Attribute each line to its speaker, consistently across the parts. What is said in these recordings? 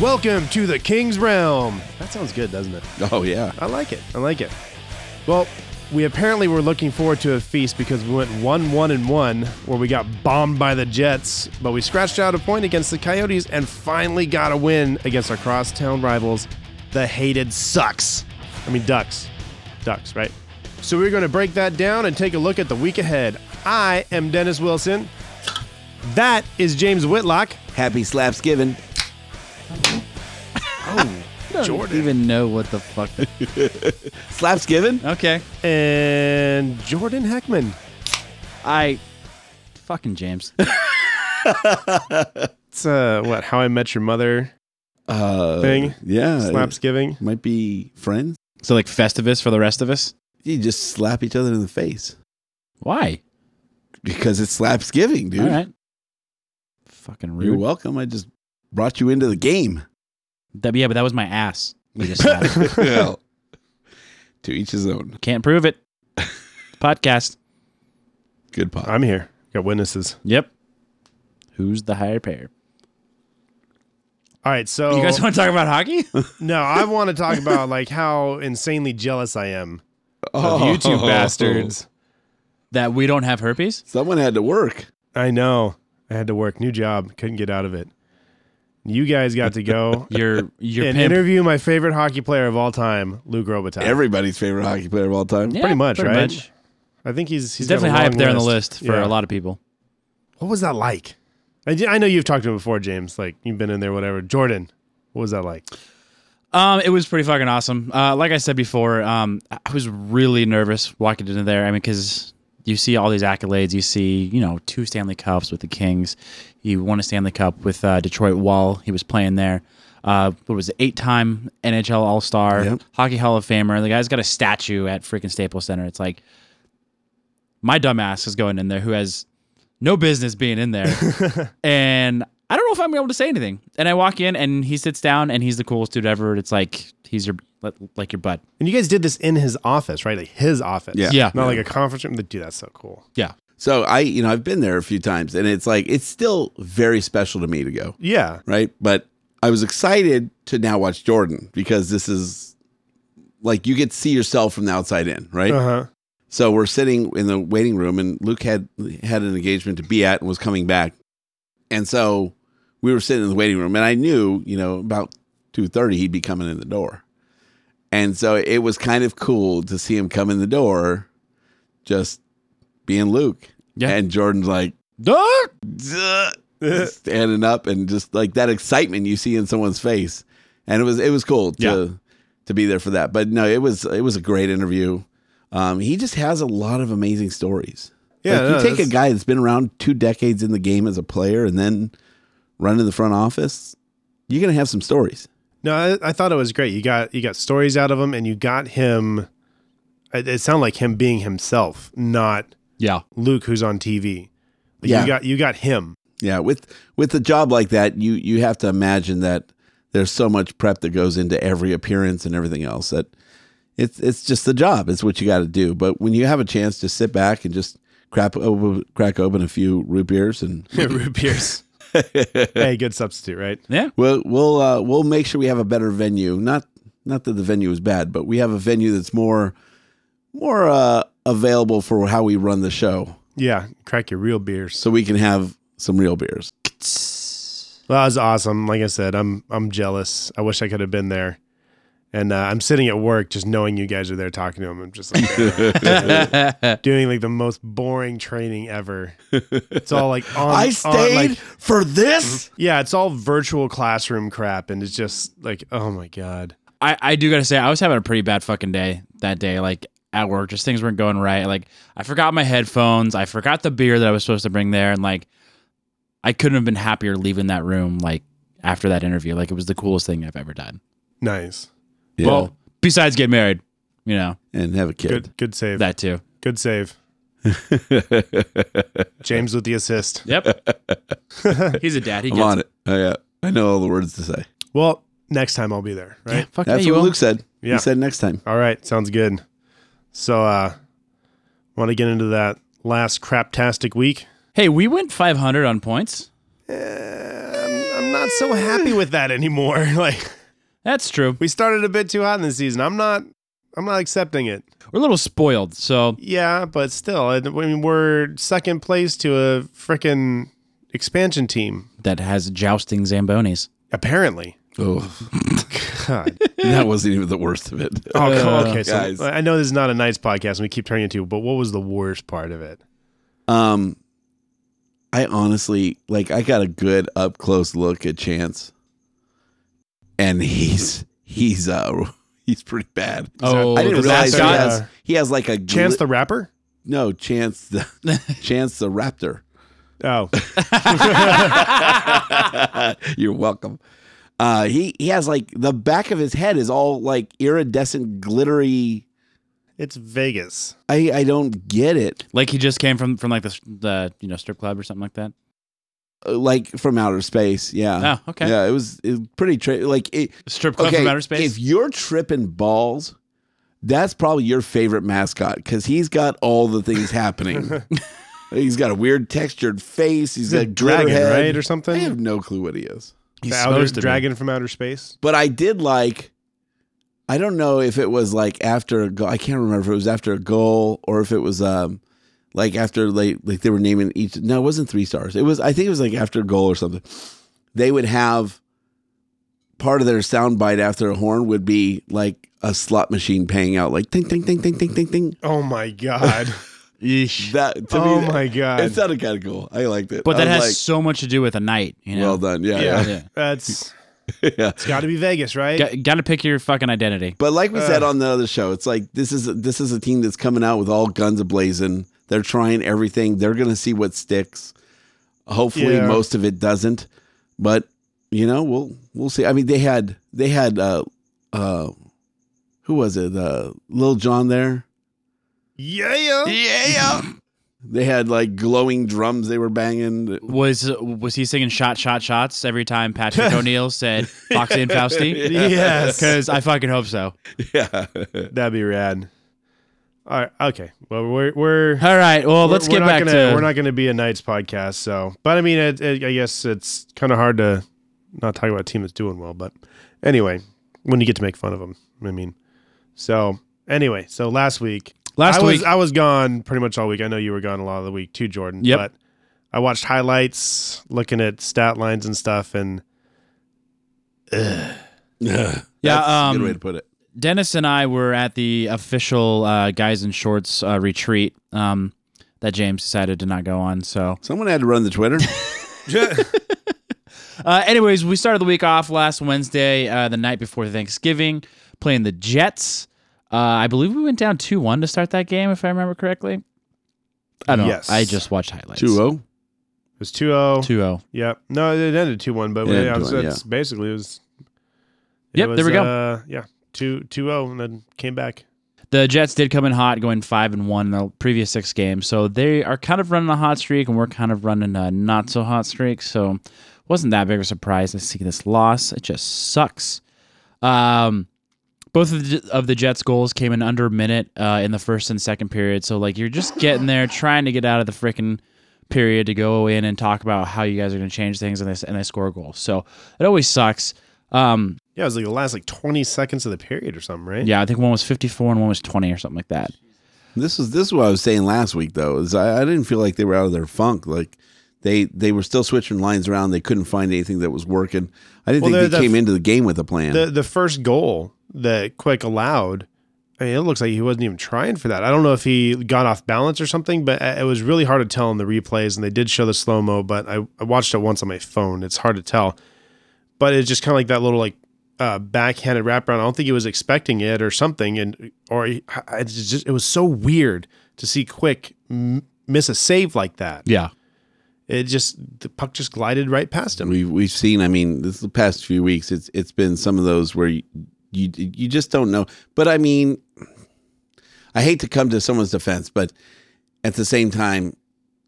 Speaker 1: Welcome to the King's Realm. That sounds good, doesn't it?
Speaker 2: Oh yeah.
Speaker 1: I like it. I like it. Well, we apparently were looking forward to a feast because we went one one and one where we got bombed by the Jets, but we scratched out a point against the Coyotes and finally got a win against our crosstown rivals, the hated Sucks. I mean Ducks. Ducks, right? So we're going to break that down and take a look at the week ahead. I am Dennis Wilson. That is James Whitlock.
Speaker 2: Happy slaps given.
Speaker 1: Jordan.
Speaker 3: Even know what the fuck? that-
Speaker 2: Slaps given.
Speaker 3: okay,
Speaker 1: And Jordan Heckman.
Speaker 3: I fucking James.
Speaker 1: It's uh, what? How I Met Your Mother
Speaker 2: Uh,
Speaker 1: Thing.
Speaker 2: Yeah.
Speaker 1: slaps giving.
Speaker 2: it Might be friends.
Speaker 3: so like Festivus for the rest of us.
Speaker 2: You just slap each other in the face
Speaker 3: Why?
Speaker 2: because it's slaps giving, dude.
Speaker 3: All right. Fucking rude.
Speaker 2: You're welcome. I just brought you into the game.
Speaker 3: That- yeah, but that was my ass. You just slapped.
Speaker 2: well, to each his own.
Speaker 3: Can't prove it. Podcast.
Speaker 2: Good pop.
Speaker 1: I'm here. Got witnesses.
Speaker 3: Yep. Who's the higher pair?
Speaker 1: All right, so
Speaker 3: You guys want to talk about hockey?
Speaker 1: no, I want to talk about like how insanely jealous I am of
Speaker 2: Oh.
Speaker 1: you two bastards.
Speaker 3: that we don't have herpes?
Speaker 2: Someone had to work.
Speaker 1: I know. I had to work, new job, couldn't get out of it. You guys got to go
Speaker 3: Your your
Speaker 1: and
Speaker 3: pimp.
Speaker 1: interview my favorite hockey player of all time, Luke Robitaille.
Speaker 2: Everybody's favorite hockey player of all time.
Speaker 3: Yeah,
Speaker 1: pretty much, right?
Speaker 3: He's,
Speaker 1: I think he's he's, got a
Speaker 3: definitely high up
Speaker 1: long
Speaker 3: there on the list for
Speaker 1: Yeah.
Speaker 3: a lot of people.
Speaker 1: What was that like? I, I know you've talked to him before, James. Like you've been in there, whatever. Jordan, what was that like?
Speaker 3: Um, it was pretty fucking awesome. Uh, like I said before, um, I I was really nervous walking into there. I mean, because you see all these accolades, you see, you know, two Stanley Cups with the Kings. You won a Stanley Cup with uh, Detroit Wall. He was playing there. Uh, what was it, eight-time NHL All-Star,
Speaker 2: Yep.
Speaker 3: Hockey Hall of Famer. The guy's got a statue at freaking Staples Center. It's like my dumbass is going in there who has no business being in there. and I don't know if I'm able to say anything. And I walk in, and he sits down, and he's the coolest dude ever. It's like he's your like- like your bud.
Speaker 1: And you guys did this in his office, right? Like his office.
Speaker 2: Yeah.
Speaker 3: Yeah.
Speaker 1: Not like a conference room. Dude, that's so cool.
Speaker 3: Yeah,
Speaker 2: So I, you know, I've been there a few times, and it's like it's still very special to me to go.
Speaker 1: Yeah.
Speaker 2: right? But I was excited to now watch Jordan because this is like you get to see yourself from the outside in, right?
Speaker 1: Uh huh.
Speaker 2: So we're sitting in the waiting room, and Luke had had an engagement to be at and was coming back, and so we were sitting in the waiting room, and I knew, you know, about two thirty he'd be coming in the door, and so it was kind of cool to see him come in the door, just being Luke,
Speaker 3: Yeah.
Speaker 2: and Jordan's like.
Speaker 3: Duh!
Speaker 2: "Duh," standing up and just like that excitement you see in someone's face and it was it was cool to
Speaker 3: Yeah.
Speaker 2: to be there for that but no it was it was a great interview um he just has a lot of amazing stories
Speaker 1: Yeah,
Speaker 2: Like,
Speaker 1: no,
Speaker 2: you take
Speaker 1: that's-
Speaker 2: a guy that's been around two decades in the game as a player and then run in the front office you're gonna have some stories
Speaker 1: No, I, I thought it was great. You got you got stories out of him, and you got him. It, it sounded like him being himself, not
Speaker 3: Yeah,
Speaker 1: Luke, who's on TV. Like,
Speaker 2: Yeah.
Speaker 1: You got you got him.
Speaker 2: yeah with with a job like that you you have to imagine that there's so much prep that goes into every appearance and everything else that it's it's just the job it's what you got to do but when you have a chance to sit back and just crap over, crack open a few root beers and
Speaker 1: Root Pierce. hey, good substitute, right?
Speaker 3: yeah.
Speaker 2: we'll we'll uh, we'll make sure we have a better venue not not that the venue is bad but we have a venue that's more more uh, available for how we run the show
Speaker 1: Yeah, crack your real beers.
Speaker 2: so we can have some real beers.
Speaker 1: Well, that was awesome. Like I said, I'm I'm jealous. I wish I could have been there. And uh, I'm sitting at work, just knowing you guys are there talking to him. I'm just like doing like the most boring training ever. It's all like on. on, like-
Speaker 2: for this.
Speaker 1: yeah, it's all virtual classroom crap, and it's just like, oh my god.
Speaker 3: I, I do gotta say I was having a pretty bad fucking day that day, like at work. Just things weren't going right. Like I forgot my headphones. I forgot the beer that I was supposed to bring there, and like I couldn't have been happier leaving that room. Like after that interview, like it was the coolest thing I've ever done.
Speaker 1: Nice,
Speaker 2: Yeah.
Speaker 3: Well, besides get married, you know
Speaker 2: and have a kid.
Speaker 1: Mm-hmm. good good save,
Speaker 3: that too.
Speaker 1: good save. James with the assist.
Speaker 3: Yep. He's a dad. He
Speaker 2: I'm
Speaker 3: gets
Speaker 2: on it. I, uh, I know all the words to say.
Speaker 1: Well, next time I'll be there, right?
Speaker 3: Fuck
Speaker 2: That's
Speaker 3: yeah, you
Speaker 2: what
Speaker 3: will.
Speaker 2: Luke said.
Speaker 1: Yeah.
Speaker 2: He said next time.
Speaker 1: All right, sounds good. So, uh, want to get into that last craptastic week?
Speaker 3: Hey, we went 500 on points.
Speaker 1: I'm not so happy with that anymore. Like,
Speaker 3: That's true.
Speaker 1: we started a bit too hot in the season. I'm not, I'm not accepting it.
Speaker 3: We're a little spoiled, so
Speaker 1: Yeah, but still, I I mean, we're second place to a freaking expansion team,
Speaker 3: that has jousting zambonis.
Speaker 1: apparently.
Speaker 2: Oh,
Speaker 1: God.
Speaker 2: that wasn't even the worst of it.
Speaker 1: Oh,
Speaker 3: Uh,
Speaker 1: come- okay. So
Speaker 2: Guys.
Speaker 1: I know this is not a nice podcast, and we keep turning it to, but what was the worst part of it?
Speaker 2: Um, I honestly like. I got a good up close look at Chance, and he's he's uh he's pretty bad.
Speaker 3: Oh,
Speaker 2: I didn't
Speaker 3: the
Speaker 2: realize he
Speaker 1: bastard.
Speaker 2: has, he has like a
Speaker 1: Chance
Speaker 2: gli-
Speaker 1: the rapper?
Speaker 2: no Chance the Chance the Raptor.
Speaker 1: Oh,
Speaker 2: You're welcome. Uh, he he has like the back of his head is all like iridescent glittery.
Speaker 1: it's Vegas.
Speaker 2: I I don't get it.
Speaker 3: Like he just came from from like the the you know strip club or something like that.
Speaker 2: Uh, Like from outer space, yeah.
Speaker 3: Oh, okay.
Speaker 2: Yeah, it was, it was pretty tri- like it,
Speaker 3: Strip club from outer space.
Speaker 2: If you're tripping balls, that's probably your favorite mascot because he's got all the things happening. he's got a weird textured face. He's
Speaker 1: He's
Speaker 2: got
Speaker 1: a dragon,
Speaker 2: glitter head.
Speaker 1: right, or
Speaker 2: I
Speaker 1: something?
Speaker 2: have no clue what he is.
Speaker 3: He's
Speaker 1: the outer,
Speaker 3: supposed to be.
Speaker 1: dragon from outer space.
Speaker 2: But I did like. I don't know if it was like after a goal. I can't remember if it was after a goal or if it was um like after like like they were naming each. No, it wasn't three stars. It was I think it was like after a goal or something. They would have part of their sound bite after a horn would be like a slot machine paying out like ding ding ding ding ding ding ding.
Speaker 1: Oh my god!
Speaker 2: That to
Speaker 1: oh
Speaker 2: me,
Speaker 1: my god!
Speaker 2: it sounded kind of cool. I liked it.
Speaker 3: But that
Speaker 2: I
Speaker 3: has
Speaker 2: was
Speaker 3: so much to do with a night, you
Speaker 2: like,
Speaker 3: know.
Speaker 2: well done. Yeah,
Speaker 1: yeah,
Speaker 2: yeah.
Speaker 1: that's
Speaker 2: yeah.
Speaker 1: it's got to be Vegas, right?
Speaker 3: Got to pick your fucking identity.
Speaker 2: But like we
Speaker 1: Ugh.
Speaker 2: said on the other show, it's like this is this is a team that's coming out with all guns ablazing. They're trying everything. They're going to see what sticks. Hopefully,
Speaker 1: Yeah.
Speaker 2: most of it doesn't. But you know, we'll we'll see. I mean, they had they had uh uh who was it? Uh, Lil John there.
Speaker 1: yeah, yeah.
Speaker 2: Yeah. they had like glowing drums they were banging.
Speaker 3: Was was he singing shot shot shots every time Patrick O'Neill said Foxy and Fausti?
Speaker 1: Yes.
Speaker 3: because I fucking hope so.
Speaker 2: Yeah.
Speaker 1: That'd be rad. All right, okay. Well, we're we're
Speaker 3: All right, well let's
Speaker 1: we're
Speaker 3: get
Speaker 1: not
Speaker 3: back
Speaker 1: gonna,
Speaker 3: to
Speaker 1: we're not going to be a Knights podcast, so but I mean, it, it, I guess it's kind of hard to not talk about a team that's doing well, but anyway, when you get to make fun of them, I mean, so anyway, so last week
Speaker 3: last
Speaker 1: I
Speaker 3: week.
Speaker 1: was I was gone pretty much all week. I know you were gone a lot of the week too, Jordan.
Speaker 3: Yep.
Speaker 1: But I watched highlights, looking at stat lines and stuff, and
Speaker 2: yeah.
Speaker 3: Yeah,
Speaker 2: a
Speaker 3: um,
Speaker 2: good way to put it.
Speaker 3: Dennis and I were at the official uh, guys in shorts uh, retreat um, that James decided to not go on. So,
Speaker 2: Someone had to run the Twitter.
Speaker 3: uh, anyways, we started the week off last Wednesday, uh, the night before Thanksgiving, playing the Jets. Uh, I believe we went down two one to start that game, if I remember correctly. I don't.
Speaker 1: Yes.
Speaker 3: know. I just watched highlights.
Speaker 2: Two oh. zero.
Speaker 1: it was oh. 2-0.
Speaker 3: Two oh. zero.
Speaker 1: Yep. No, it ended two one, but
Speaker 2: It ended
Speaker 1: yeah, it was-
Speaker 2: 2-1,
Speaker 1: that's basically it was. it
Speaker 3: Yep, there
Speaker 1: was,
Speaker 3: we go.
Speaker 1: Uh, yeah, two two zero, and then came back.
Speaker 3: The Jets did come in hot, going five and one in the previous six games, so they are kind of running a hot streak, and we're kind of running a not so hot streak. So, wasn't that big of a surprise to see this loss. It just sucks. Um, both of the, of the Jets' goals came in under a minute uh, in the first and second period, so like you're just getting there, trying to get out of the freaking period to go in and talk about how you guys are going to change things, and they and they score a goal. So it always sucks. Um,
Speaker 1: Yeah, it was like the last like twenty seconds of the period or something, right?
Speaker 3: yeah, I think one was 54 and one was 20 or something like that.
Speaker 2: This is this is what I was saying last week though. Is I, I didn't feel like they were out of their funk. Like they they were still switching lines around. They couldn't find anything that was working. I didn't
Speaker 1: Well,
Speaker 2: think
Speaker 1: they're
Speaker 2: they
Speaker 1: the-
Speaker 2: came into the game with a plan.
Speaker 1: The the first goal that Quick allowed, I mean, it looks like he wasn't even trying for that. I don't know if he got off balance or something, but it was really hard to tell in the replays. And they did show the slow mo, but I, I watched it once on my phone. It's hard to tell, but it's just kind of like that little like uh, backhanded wraparound. I don't think he was expecting it or something, and or he, I- it's just it was so weird to see Quick m- miss a save like that.
Speaker 3: Yeah.
Speaker 1: It just the puck just glided right past him.
Speaker 2: we've we've seen. I mean, this the past few weeks. It's it's been some of those where you you, you just don't know. But I mean, I hate to come to someone's defense, but at the same time,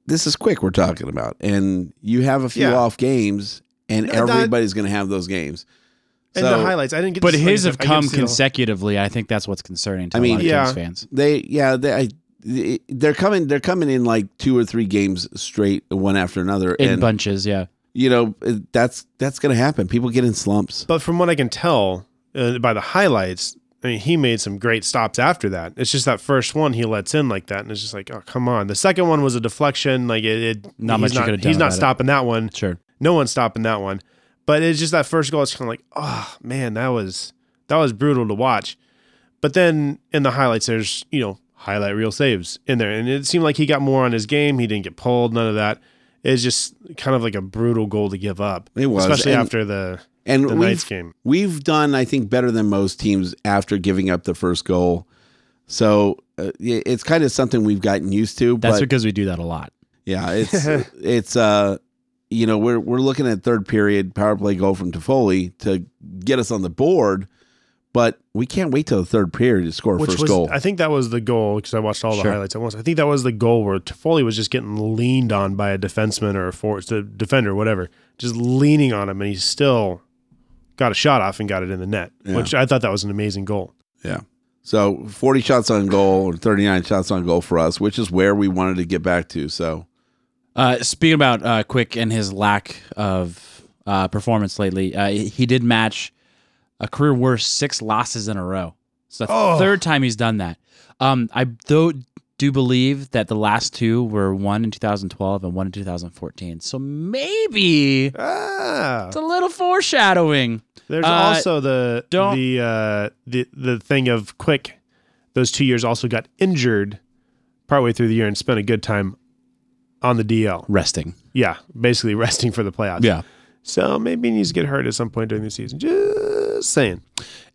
Speaker 2: this is quick we're talking about, and you have a few
Speaker 1: Yeah.
Speaker 2: off games, and
Speaker 1: No, that-
Speaker 2: everybody's going to have those games.
Speaker 1: And
Speaker 2: So-
Speaker 1: the highlights, I didn't get.
Speaker 3: But
Speaker 1: to see
Speaker 3: his
Speaker 1: the-
Speaker 3: have
Speaker 1: I get to
Speaker 3: come
Speaker 1: see the-
Speaker 3: consecutively. I think that's what's concerning to
Speaker 2: I
Speaker 3: a
Speaker 2: mean,
Speaker 3: lot of
Speaker 1: yeah.
Speaker 3: Kings fans.
Speaker 2: They yeah they I, they- they're coming they're coming in like two or three games straight one after another
Speaker 3: In
Speaker 2: and
Speaker 3: bunches, yeah.
Speaker 2: you know it- that's that's going to happen. People get in slumps.
Speaker 1: But from what I can tell uh, by the highlights, I mean, he made some great stops after that. It's just that first one he lets in like that, and it's just like, oh come on. The second one was a deflection, like it. it
Speaker 3: Not
Speaker 1: he's
Speaker 3: much you
Speaker 1: Not,
Speaker 3: could've done
Speaker 1: he's not
Speaker 3: about it.
Speaker 1: stopping that one.
Speaker 3: Sure.
Speaker 1: No one's stopping that one. But it's just that first goal. It's kind of like, oh man, that was that was brutal to watch. But then in the highlights, there's you know highlight reel saves in there, and it seemed like he got more on his game. He didn't get pulled, none of that. It's just kind of like a brutal goal to give up,
Speaker 2: It was,
Speaker 1: especially
Speaker 2: and-
Speaker 1: after the
Speaker 2: And
Speaker 1: the
Speaker 2: we've-
Speaker 1: Knights game.
Speaker 2: We've done, I think, better than most teams after giving up the first goal. So uh, yeah, it's kind of something we've gotten used to.
Speaker 3: That's
Speaker 2: but
Speaker 3: because we do that a lot.
Speaker 2: yeah, it's it's uh, you know, we're we're looking at third period power play goal from Toffoli to get us on the board, but we can't wait till the third period to score first
Speaker 1: was,
Speaker 2: goal.
Speaker 1: I think that was the goal because I watched all the
Speaker 3: Sure.
Speaker 1: highlights at once. I think that was the goal where Toffoli was just getting leaned on by a defenseman or a forward, the defender, whatever, just leaning on him, and he still got a shot off and got it in the net,
Speaker 2: Yeah.
Speaker 1: which I thought that was an amazing goal.
Speaker 2: yeah. So 40 shots on goal or 39 shots on goal for us, which is where we wanted to get back to. So
Speaker 3: Uh, speaking about uh, Quick and his lack of uh, performance lately, uh, he did match a career worst six losses in a row. It's the
Speaker 1: Oh.
Speaker 3: third time he's done that. Um, I though do believe that the last two were one in 2012 and one in 2014. So maybe
Speaker 1: Ah,
Speaker 3: it's a little foreshadowing.
Speaker 1: there's
Speaker 3: Uh,
Speaker 1: also the
Speaker 3: don't-
Speaker 1: the uh, the the thing of quick. Those two years also got injured partway through the year and spent a good time on the DL.
Speaker 3: Resting.
Speaker 1: Yeah, basically resting for the playoffs. So maybe he needs to get hurt at some point during the season. Just saying.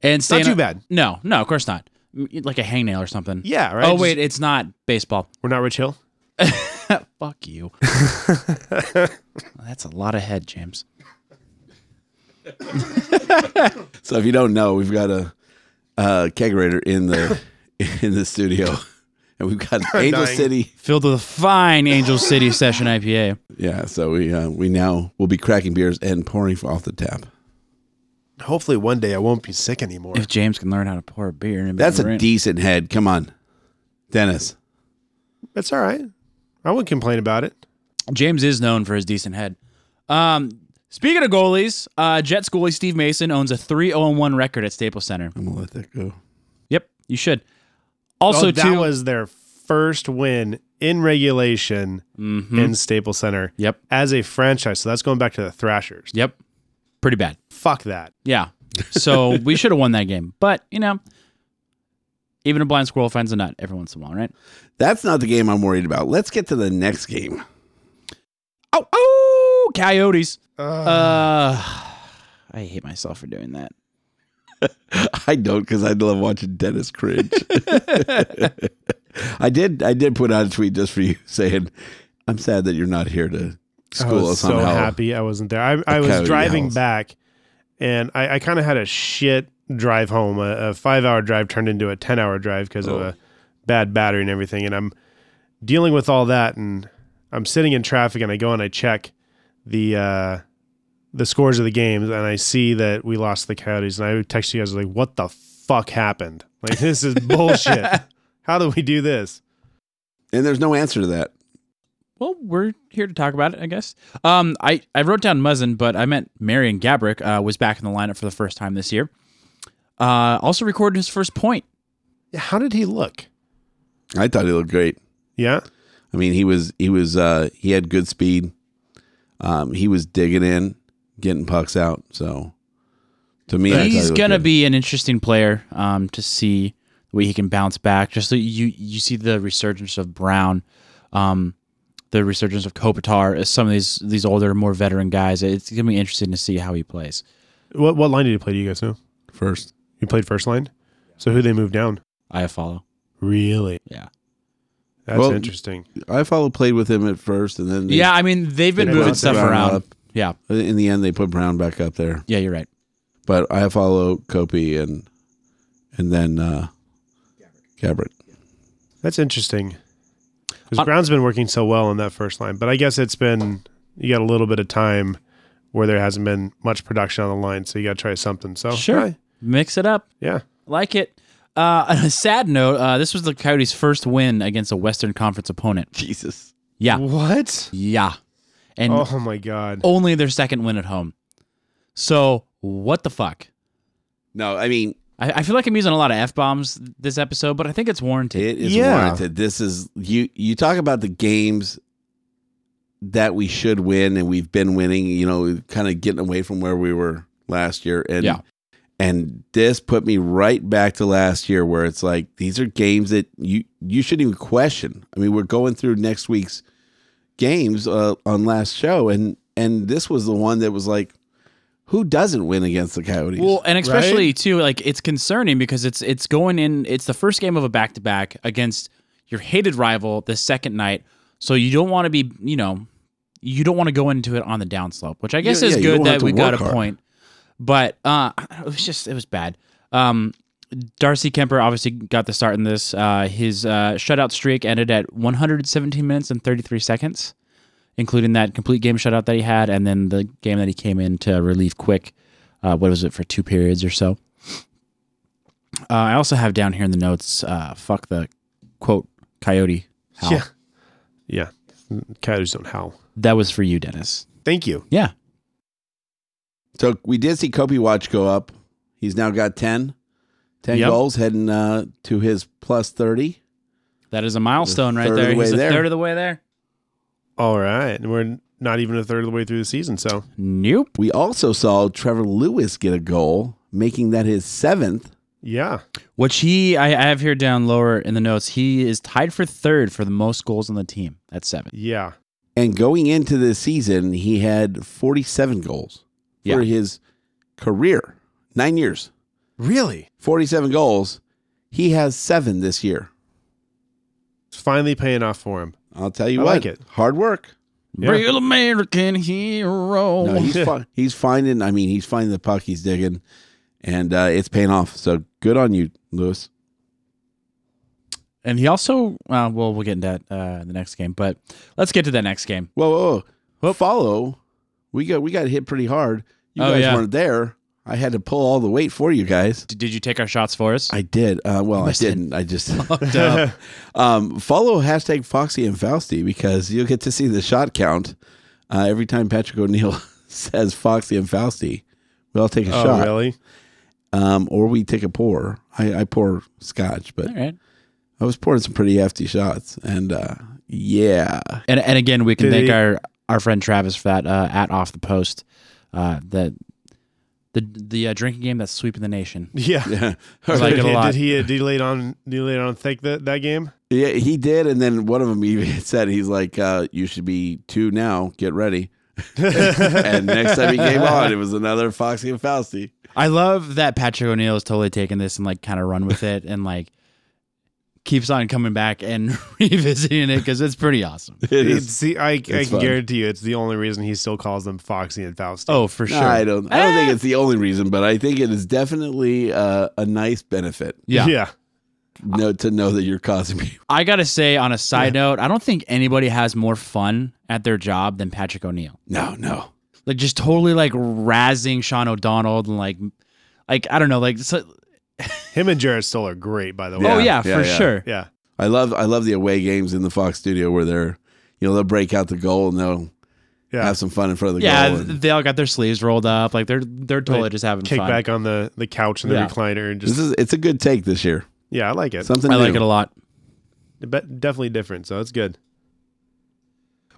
Speaker 3: And staying
Speaker 1: too bad.
Speaker 3: No, no, of course not. M- Like a hangnail or something.
Speaker 1: Yeah, right?
Speaker 3: Oh,
Speaker 1: Just-
Speaker 3: wait, it's not baseball.
Speaker 1: We're not Rich Hill.
Speaker 3: Fuck you. That's a lot of head, James.
Speaker 2: So if you don't know, we've got a, uh kegerator in the in the studio, and we've got Angel
Speaker 1: Dying.
Speaker 2: City.
Speaker 3: Filled with a fine Angel City Session IPA.
Speaker 2: Yeah, so we uh, we now will be cracking beers and pouring off the tap.
Speaker 1: Hopefully one day I won't be sick anymore.
Speaker 3: If James can learn how to pour a beer, in
Speaker 2: That's a
Speaker 3: Marine-
Speaker 2: decent head. Come on, Dennis.
Speaker 1: That's all right. I wouldn't complain about it.
Speaker 3: James is known for his decent head. Um, speaking of goalies, uh, Jets goalie Steve Mason owns a 3-0-1 record at Staples Center.
Speaker 2: I'm gonna let that go.
Speaker 3: Yep, you should. Also,
Speaker 1: Oh, that
Speaker 3: too.
Speaker 1: was their first win in regulation
Speaker 3: Mm-hmm.
Speaker 1: in Staples Center
Speaker 3: yep,
Speaker 1: as a franchise. So that's going back to the Thrashers.
Speaker 3: yep, pretty bad.
Speaker 1: Fuck that.
Speaker 3: Yeah. So we should have won that game. But, you know, even a blind squirrel finds a nut every once in a while, right?
Speaker 2: That's not the game I'm worried about. Let's get to the next game.
Speaker 3: Oh, oh, coyotes. Uh, I hate myself for doing that.
Speaker 2: I don't because I love watching Dennis cringe. I did. I did put out a tweet just for you saying, "I'm sad that you're not here to
Speaker 1: I
Speaker 2: school
Speaker 1: was
Speaker 2: us
Speaker 1: so
Speaker 2: on how
Speaker 1: happy I wasn't there. I, I was
Speaker 2: coyote
Speaker 1: driving
Speaker 2: howls.
Speaker 1: back and I, I kind of had a shit drive home. A, a five hour drive turned into a 10 hour drive because
Speaker 2: Oh.
Speaker 1: of a bad battery and everything. And I'm dealing with all that and I'm sitting in traffic and I go and I check the, uh, the scores of the games and I see that we lost the Coyotes and I text you guys like, what the fuck happened? Like this is bullshit. How do we do this?
Speaker 2: and there's no answer to that.
Speaker 3: Well, we're here to talk about it, I guess. Um, I, I wrote down Muzzin, but I meant Marion Gabrick uh, was back in the lineup for the first time this year. Uh, also recorded his first point.
Speaker 1: How did he look?
Speaker 2: I thought he looked great.
Speaker 1: Yeah.
Speaker 2: I mean, he was he was uh, he had good speed. Um, he was digging in, getting pucks out. So to me, I thought he
Speaker 3: he's
Speaker 2: looked
Speaker 3: gonna
Speaker 2: good.
Speaker 3: be an interesting player um, to see the way he can bounce back. Just so you you see the resurgence of Brown, um, the resurgence of Kopitar, as some of these these older, more veteran guys. It's gonna be interesting to see how he plays.
Speaker 1: What what line did he play? Do you guys know?
Speaker 2: first.
Speaker 1: He played first line. So who they moved down?
Speaker 3: I follow.
Speaker 1: Really?
Speaker 3: Yeah.
Speaker 1: That's
Speaker 2: Well-
Speaker 1: interesting.
Speaker 2: I follow played with him at first, and then they-
Speaker 3: yeah, I mean they've been
Speaker 2: they
Speaker 3: moving
Speaker 2: bounced
Speaker 3: stuff
Speaker 2: Brown
Speaker 3: around.
Speaker 2: up.
Speaker 3: Yeah,
Speaker 2: in the end they put Brown back up there.
Speaker 3: yeah, you're right.
Speaker 2: But I follow Kopi and and then uh, Gabbert.
Speaker 1: That's interesting. Because
Speaker 3: Uh,
Speaker 1: Brown's been working so well on that first line, but I guess it's been you got a little bit of time where there hasn't been much production on the line, so you got to try something. So
Speaker 3: Sure,
Speaker 1: right.
Speaker 3: mix it up.
Speaker 1: yeah,
Speaker 3: Like it. Uh, on a sad note, uh, this was the Coyotes' first win against a Western Conference opponent.
Speaker 2: Jesus,
Speaker 3: Yeah,
Speaker 1: what?
Speaker 3: yeah, and
Speaker 1: Oh my god!
Speaker 3: only their second win at home. So what the fuck?
Speaker 2: no, I mean
Speaker 3: I, I feel like I'm using a lot of f bombs this episode, but I think it's warranted.
Speaker 2: It is
Speaker 1: Yeah.
Speaker 2: warranted. This is you. You talk about the games that we should win, and we've been winning. You know, kind of getting away from where we were last year, and
Speaker 3: Yeah.
Speaker 2: and this put me right back to last year, where it's like these are games that you you shouldn't even question. I mean, we're going through next week's games uh, on last show, and and this was the one that was like, who doesn't win against the Coyotes?
Speaker 3: well, and especially too, like it's concerning because it's it's going in. It's the first game of a back to back against your hated rival the second night, so you don't want to be, you know, you don't want to go into it on the downslope, which I guess
Speaker 2: Yeah,
Speaker 3: is
Speaker 2: yeah, you
Speaker 3: good
Speaker 2: don't have
Speaker 3: that
Speaker 2: to
Speaker 3: we got a
Speaker 2: work hard.
Speaker 3: point. But uh, it was just it was bad. Um, Darcy Kemper obviously got the start in this. Uh, his uh, shutout streak ended at 117 minutes and 33 seconds, including that complete game shutout that he had, and then the game that he came in to relieve quick. Uh, what was it for two periods or so? Uh, I also have down here in the notes. Uh, fuck the quote coyote. Howl.
Speaker 1: Yeah, yeah. Coyotes don't howl.
Speaker 3: that was for you, Dennis.
Speaker 1: Thank you.
Speaker 3: Yeah,
Speaker 2: So we did see Kobe Watch go up. He's now got 10, 10
Speaker 3: Yep.
Speaker 2: goals, heading uh, to his plus 30.
Speaker 3: that is a milestone right
Speaker 2: third of
Speaker 3: there.
Speaker 2: the
Speaker 3: He's
Speaker 2: way
Speaker 3: a
Speaker 2: there.
Speaker 3: third of the way there.
Speaker 1: All right, and we're not even a third of the way through the season, so
Speaker 3: Nope.
Speaker 2: We also saw Trevor Lewis get a goal, making that his seventh.
Speaker 1: yeah.
Speaker 3: Which he, I I have here down lower in the notes, he is tied for third for the most goals on the team at seven.
Speaker 1: Yeah.
Speaker 2: And going into this season, he had 47 goals for his career. Nine years,
Speaker 1: Really?
Speaker 2: 47 goals. He has seven this year.
Speaker 1: It's finally paying off for him.
Speaker 2: I'll tell you
Speaker 1: I
Speaker 2: what,
Speaker 1: like it.
Speaker 2: hard work.
Speaker 1: Yeah.
Speaker 3: Real American
Speaker 1: Oh,
Speaker 3: hero.
Speaker 2: No, he's fi- he's finding. I mean, he's finding the puck. He's digging, and uh, it's paying off. So good on you, Lewis.
Speaker 3: and he also, uh, well, we'll get into that uh, in the next game, but let's get to that next game.
Speaker 2: Whoa, whoa, whoa. follow. We got we got hit pretty hard. You
Speaker 3: Oh,
Speaker 2: guys
Speaker 3: yeah.
Speaker 2: weren't there. I had to pull all the weight for you guys.
Speaker 3: D- did you take our shots for us?
Speaker 2: I did. Uh, well, I
Speaker 3: must have-
Speaker 2: didn't. I just um, follow hashtag Foxy and Fausty because you'll get to see the shot count uh, every time Patrick O'Neill says Foxy and Fausty. We all take a
Speaker 1: Oh,
Speaker 2: shot,
Speaker 1: really?
Speaker 2: um, or we take a pour. I, I pour scotch, but
Speaker 3: All right.
Speaker 2: I was pouring some pretty hefty shots, and uh, yeah,
Speaker 3: And, and again, we can
Speaker 1: Did
Speaker 3: thank
Speaker 1: he-
Speaker 3: our, our friend Travis for that uh, at off the post. Uh, that the the uh, drinking game that's sweeping the nation.
Speaker 1: Yeah.
Speaker 2: yeah,
Speaker 3: I like it a
Speaker 1: Did-
Speaker 3: lot.
Speaker 1: Did he uh, delete on delete on thick that that game?
Speaker 2: Yeah, he did, and then one of them even said he's like, uh, "You should be two now. Get ready." and next time he came on, it was another Foxy and Fausty.
Speaker 3: I love that Patrick O'Neill is totally taking this and like kind of run with it and like keeps on coming back and revisiting it because it's pretty awesome.
Speaker 2: It
Speaker 1: It's-
Speaker 2: is.
Speaker 1: See, I, I can
Speaker 2: fun.
Speaker 1: guarantee you, it's the only reason he still calls them Foxy and Fausty.
Speaker 3: Oh, for sure.
Speaker 2: I don't. I don't think it's the only reason, but I think it is definitely uh, a nice benefit.
Speaker 3: yeah.
Speaker 1: yeah.
Speaker 2: No, to know that you're causing me.
Speaker 3: I gotta say, on a side note, I don't think anybody has more fun at their job than Patrick O'Neill.
Speaker 2: No, no.
Speaker 3: Like just totally like razzing Sean O'Donnell and like, like I don't know, like so,
Speaker 1: Him and Jared Stoll are great, by the way.
Speaker 3: oh
Speaker 2: Yeah,
Speaker 3: yeah,
Speaker 2: yeah,
Speaker 3: for
Speaker 2: yeah.
Speaker 3: sure.
Speaker 1: Yeah.
Speaker 2: I love. I love the away games in the Fox studio where they're, you know, they'll break out the goal and they'll
Speaker 1: Yeah.
Speaker 2: have some fun in front of the
Speaker 3: Yeah,
Speaker 2: goal.
Speaker 3: th-
Speaker 2: and-
Speaker 3: they all got their sleeves rolled up. Like they're they're totally just having
Speaker 1: Kick
Speaker 3: fun.
Speaker 1: back on the, the couch and the
Speaker 3: Yeah.
Speaker 1: recliner and
Speaker 2: this
Speaker 1: just
Speaker 2: is. It's a good take this year.
Speaker 1: yeah, I like it.
Speaker 2: Something
Speaker 3: I like
Speaker 2: new.
Speaker 3: it a lot.
Speaker 1: but definitely different. So it's good.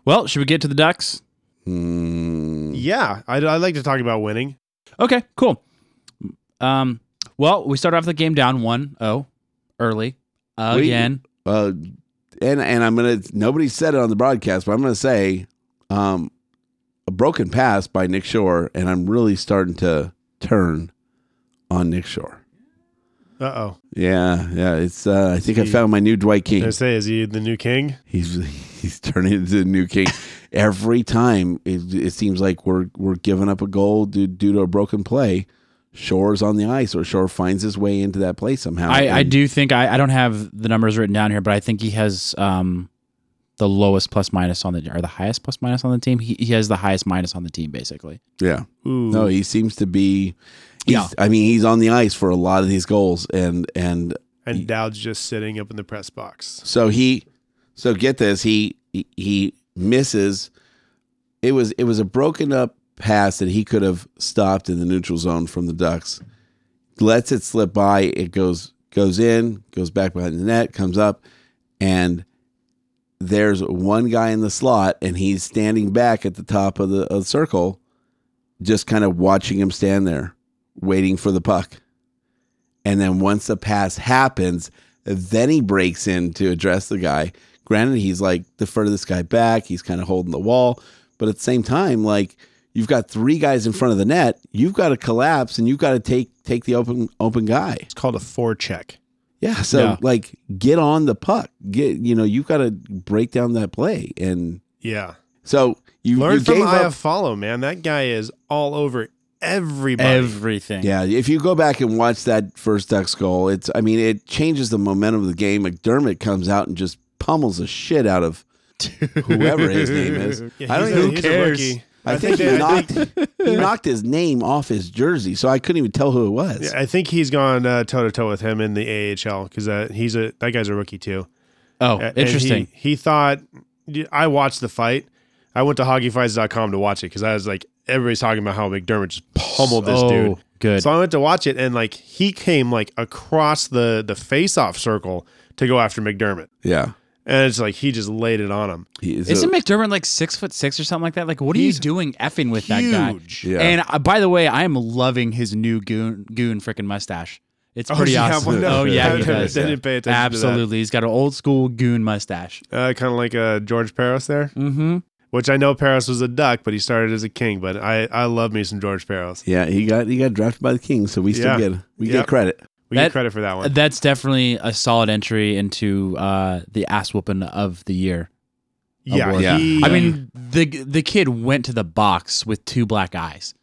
Speaker 3: Well, should we get to the Ducks?
Speaker 2: Mm.
Speaker 1: Yeah, I'd, I'd like to talk about winning.
Speaker 3: Okay, cool. Um, well, we start off the game down 1-0 early again.
Speaker 2: uh, and and I'm gonna. Nobody said it on the broadcast, but I'm gonna say, um, a broken pass by Nick Shore, and I'm really starting to turn on Nick Shore.
Speaker 1: Uh oh.
Speaker 2: Yeah, yeah. It's. Uh, I think I
Speaker 1: He-
Speaker 2: found my new Dwight King.
Speaker 1: I say, is he the new king?
Speaker 2: He's he's turning into the new king. Every time it, it seems like we're we're giving up a goal due, due to a broken play. Shore's on the ice, or Shore finds his way into that play somehow.
Speaker 3: I, I
Speaker 2: And-
Speaker 3: do think I, I don't have the numbers written down here, but I think he has um the lowest plus minus on the or the highest plus minus on the team. He, he has the highest minus on the team basically.
Speaker 2: Yeah.
Speaker 1: Ooh.
Speaker 2: No, he seems to be. He's,
Speaker 3: Yeah.
Speaker 2: I mean, he's on the ice for a lot of these goals, and and
Speaker 1: and Dowd's just sitting up in the press box.
Speaker 2: so he, so get this, he he- he misses. It was it was a broken up pass that he could have stopped in the neutral zone from the Ducks. Lets it slip by. It goes goes in, goes back behind the net, comes up, and there's one guy in the slot, and he's standing back at the top of the, of the circle, just kind of watching him stand there, waiting for the puck. And then once the pass happens, then he breaks in to address the guy. Granted, he's like the furthest guy back. He's kind of holding the wall. But at the same time, like you've got three guys in front of the net. You've got to collapse and you've got to take take the open open guy.
Speaker 1: It's called a four check.
Speaker 2: Yeah. So
Speaker 3: Yeah.
Speaker 2: like get on the puck. Get you know, you've got to break down that play. And
Speaker 1: Yeah.
Speaker 2: so you, you
Speaker 1: Learn from
Speaker 2: gave
Speaker 1: Aya
Speaker 2: up
Speaker 1: Follow, man. That guy is all over everybody.
Speaker 3: Everything.
Speaker 2: Yeah, if you go back and watch that first Ducks goal, it's I mean it changes the momentum of the game. McDermott comes out and just pummels the shit out of whoever his name is.
Speaker 1: Yeah,
Speaker 2: I don't
Speaker 1: he's a-
Speaker 2: even.
Speaker 1: he's a
Speaker 3: cares?
Speaker 1: rookie.
Speaker 2: I, think, he knocked he knocked his name off his jersey, so I couldn't even tell who it was.
Speaker 1: Yeah, I think he's gone uh, toe to toe with him in the AHL because uh, he's a that guy's a rookie too.
Speaker 3: Oh,
Speaker 1: A- and
Speaker 3: interesting.
Speaker 1: He, he thought I watched the fight. I went to hockeyfights.com to watch it because I was like, everybody's talking about how McDermott just pummeled this
Speaker 3: So
Speaker 1: dude.
Speaker 3: good.
Speaker 1: So I went to watch it and like he came like across the the face off circle to go after McDermott.
Speaker 2: yeah.
Speaker 1: And it's like he just laid it on him.
Speaker 2: He- so-
Speaker 3: Isn't McDermott like six foot six or something like that? Like, what are you doing effing with that guy?
Speaker 1: Huge.
Speaker 2: Yeah.
Speaker 3: And uh, by the way, I am loving his new goon goon freaking mustache. It's
Speaker 1: Oh,
Speaker 3: pretty
Speaker 1: does he have
Speaker 3: awesome.
Speaker 1: one now?
Speaker 3: Oh yeah,
Speaker 1: I
Speaker 3: he does.
Speaker 1: didn't pay attention to that.
Speaker 3: Absolutely, he's got an old school goon mustache.
Speaker 1: Uh, kind of like uh, George Paris there,
Speaker 3: Mm-hmm.
Speaker 1: which I know Paris was a duck, but he started as a king. But I, I love me some George Paris.
Speaker 2: yeah, he got he got drafted by the Kings, so we still
Speaker 1: Yeah.
Speaker 2: get we
Speaker 1: Yep.
Speaker 2: get credit.
Speaker 1: We
Speaker 3: That-
Speaker 1: get credit for that one.
Speaker 3: That's definitely a solid entry into uh, the ass whooping of the year.
Speaker 1: yeah,
Speaker 3: award.
Speaker 2: Yeah.
Speaker 1: he-
Speaker 3: I mean, the the kid went to the box with two black eyes.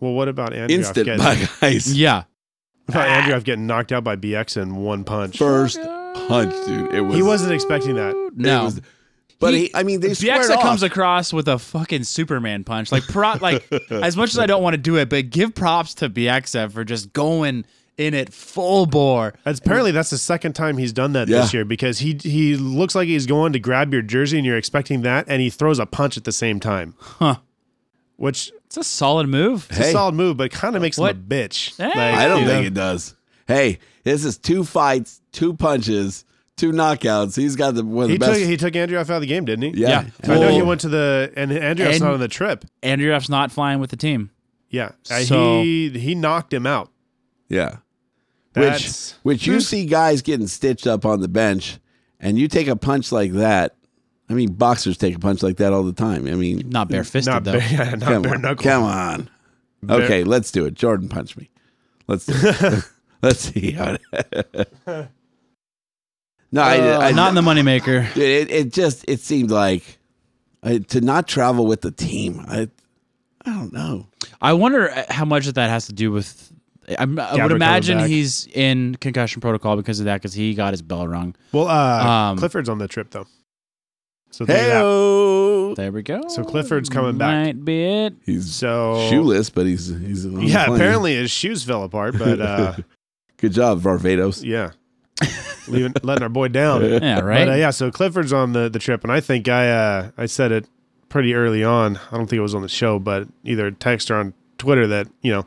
Speaker 1: well, what about Andrew?
Speaker 2: Instant
Speaker 1: getting,
Speaker 2: bug ice.
Speaker 3: Yeah,
Speaker 1: about Andrew getting knocked out by BX in one punch?
Speaker 2: First punch, dude. It was
Speaker 1: he wasn't expecting that.
Speaker 3: no.
Speaker 2: was- but he,
Speaker 3: He-
Speaker 2: I mean they squared
Speaker 3: Bieksa
Speaker 2: off.
Speaker 3: comes across with a fucking Superman punch. Like, pro- like as much as I don't want to do it, but give props to Bieksa for just going in it full bore.
Speaker 1: That's apparently that's the second time he's done that this
Speaker 2: Yeah.
Speaker 1: year because he he looks like he's going to grab your jersey and you're expecting that, and he throws a punch at the same time. Huh. Which
Speaker 3: It's a solid move.
Speaker 1: it's a solid move, but it kind of makes him
Speaker 3: What?
Speaker 1: a bitch.
Speaker 3: Hey.
Speaker 2: I don't
Speaker 1: you know?
Speaker 2: think it does. Hey, this is two fights, two punches, two knockouts. He's got the one of the
Speaker 1: He
Speaker 2: best.
Speaker 1: took he took Andrew off out of the game, didn't he?
Speaker 2: yeah. Oh,
Speaker 3: Yeah.
Speaker 1: I know
Speaker 3: Well-
Speaker 1: he went to the and Andrew
Speaker 3: And-
Speaker 1: not on the trip.
Speaker 3: Andrew F's not flying with the team.
Speaker 1: Yeah, Uh,
Speaker 3: So-
Speaker 1: he he knocked him out.
Speaker 2: Yeah.
Speaker 1: That's
Speaker 2: Which which you see guys getting stitched up on the bench and you take a punch like that. I mean, boxers take a punch like that all the time. I mean,
Speaker 3: Not barefisted
Speaker 1: not
Speaker 3: though.
Speaker 1: bare, yeah, not
Speaker 2: come,
Speaker 1: bare
Speaker 2: on,
Speaker 1: knuckle.
Speaker 2: come on. Okay, let's do it. Jordan punch me. Let's do it. let's see how it No,
Speaker 1: Uh,
Speaker 2: I, I
Speaker 3: Uh, not in the moneymaker.
Speaker 2: Dude, it, it just it seemed like I, to not travel with the team. I I don't know.
Speaker 3: I wonder uh, how much of that has to do with. I'm, I would
Speaker 1: coming
Speaker 3: imagine
Speaker 1: back.
Speaker 3: he's in concussion protocol because of that, because he got his bell rung.
Speaker 1: Well, uh,
Speaker 3: Um,
Speaker 1: Clifford's on the trip though. So there's that.
Speaker 2: Hey,
Speaker 3: There we go.
Speaker 1: So Clifford's coming back.
Speaker 3: Might be it.
Speaker 2: he's
Speaker 1: so
Speaker 2: shoeless, but he's he's on the
Speaker 1: Yeah,
Speaker 2: plane.
Speaker 1: apparently his shoes fell apart, but uh,
Speaker 2: Good job, Varvatos.
Speaker 1: yeah, leaving letting our boy down.
Speaker 3: Yeah, right.
Speaker 1: But uh, yeah, so Clifford's on the the trip, and I think I uh, I said it pretty early on. I don't think it was on the show, but either text or on Twitter that you know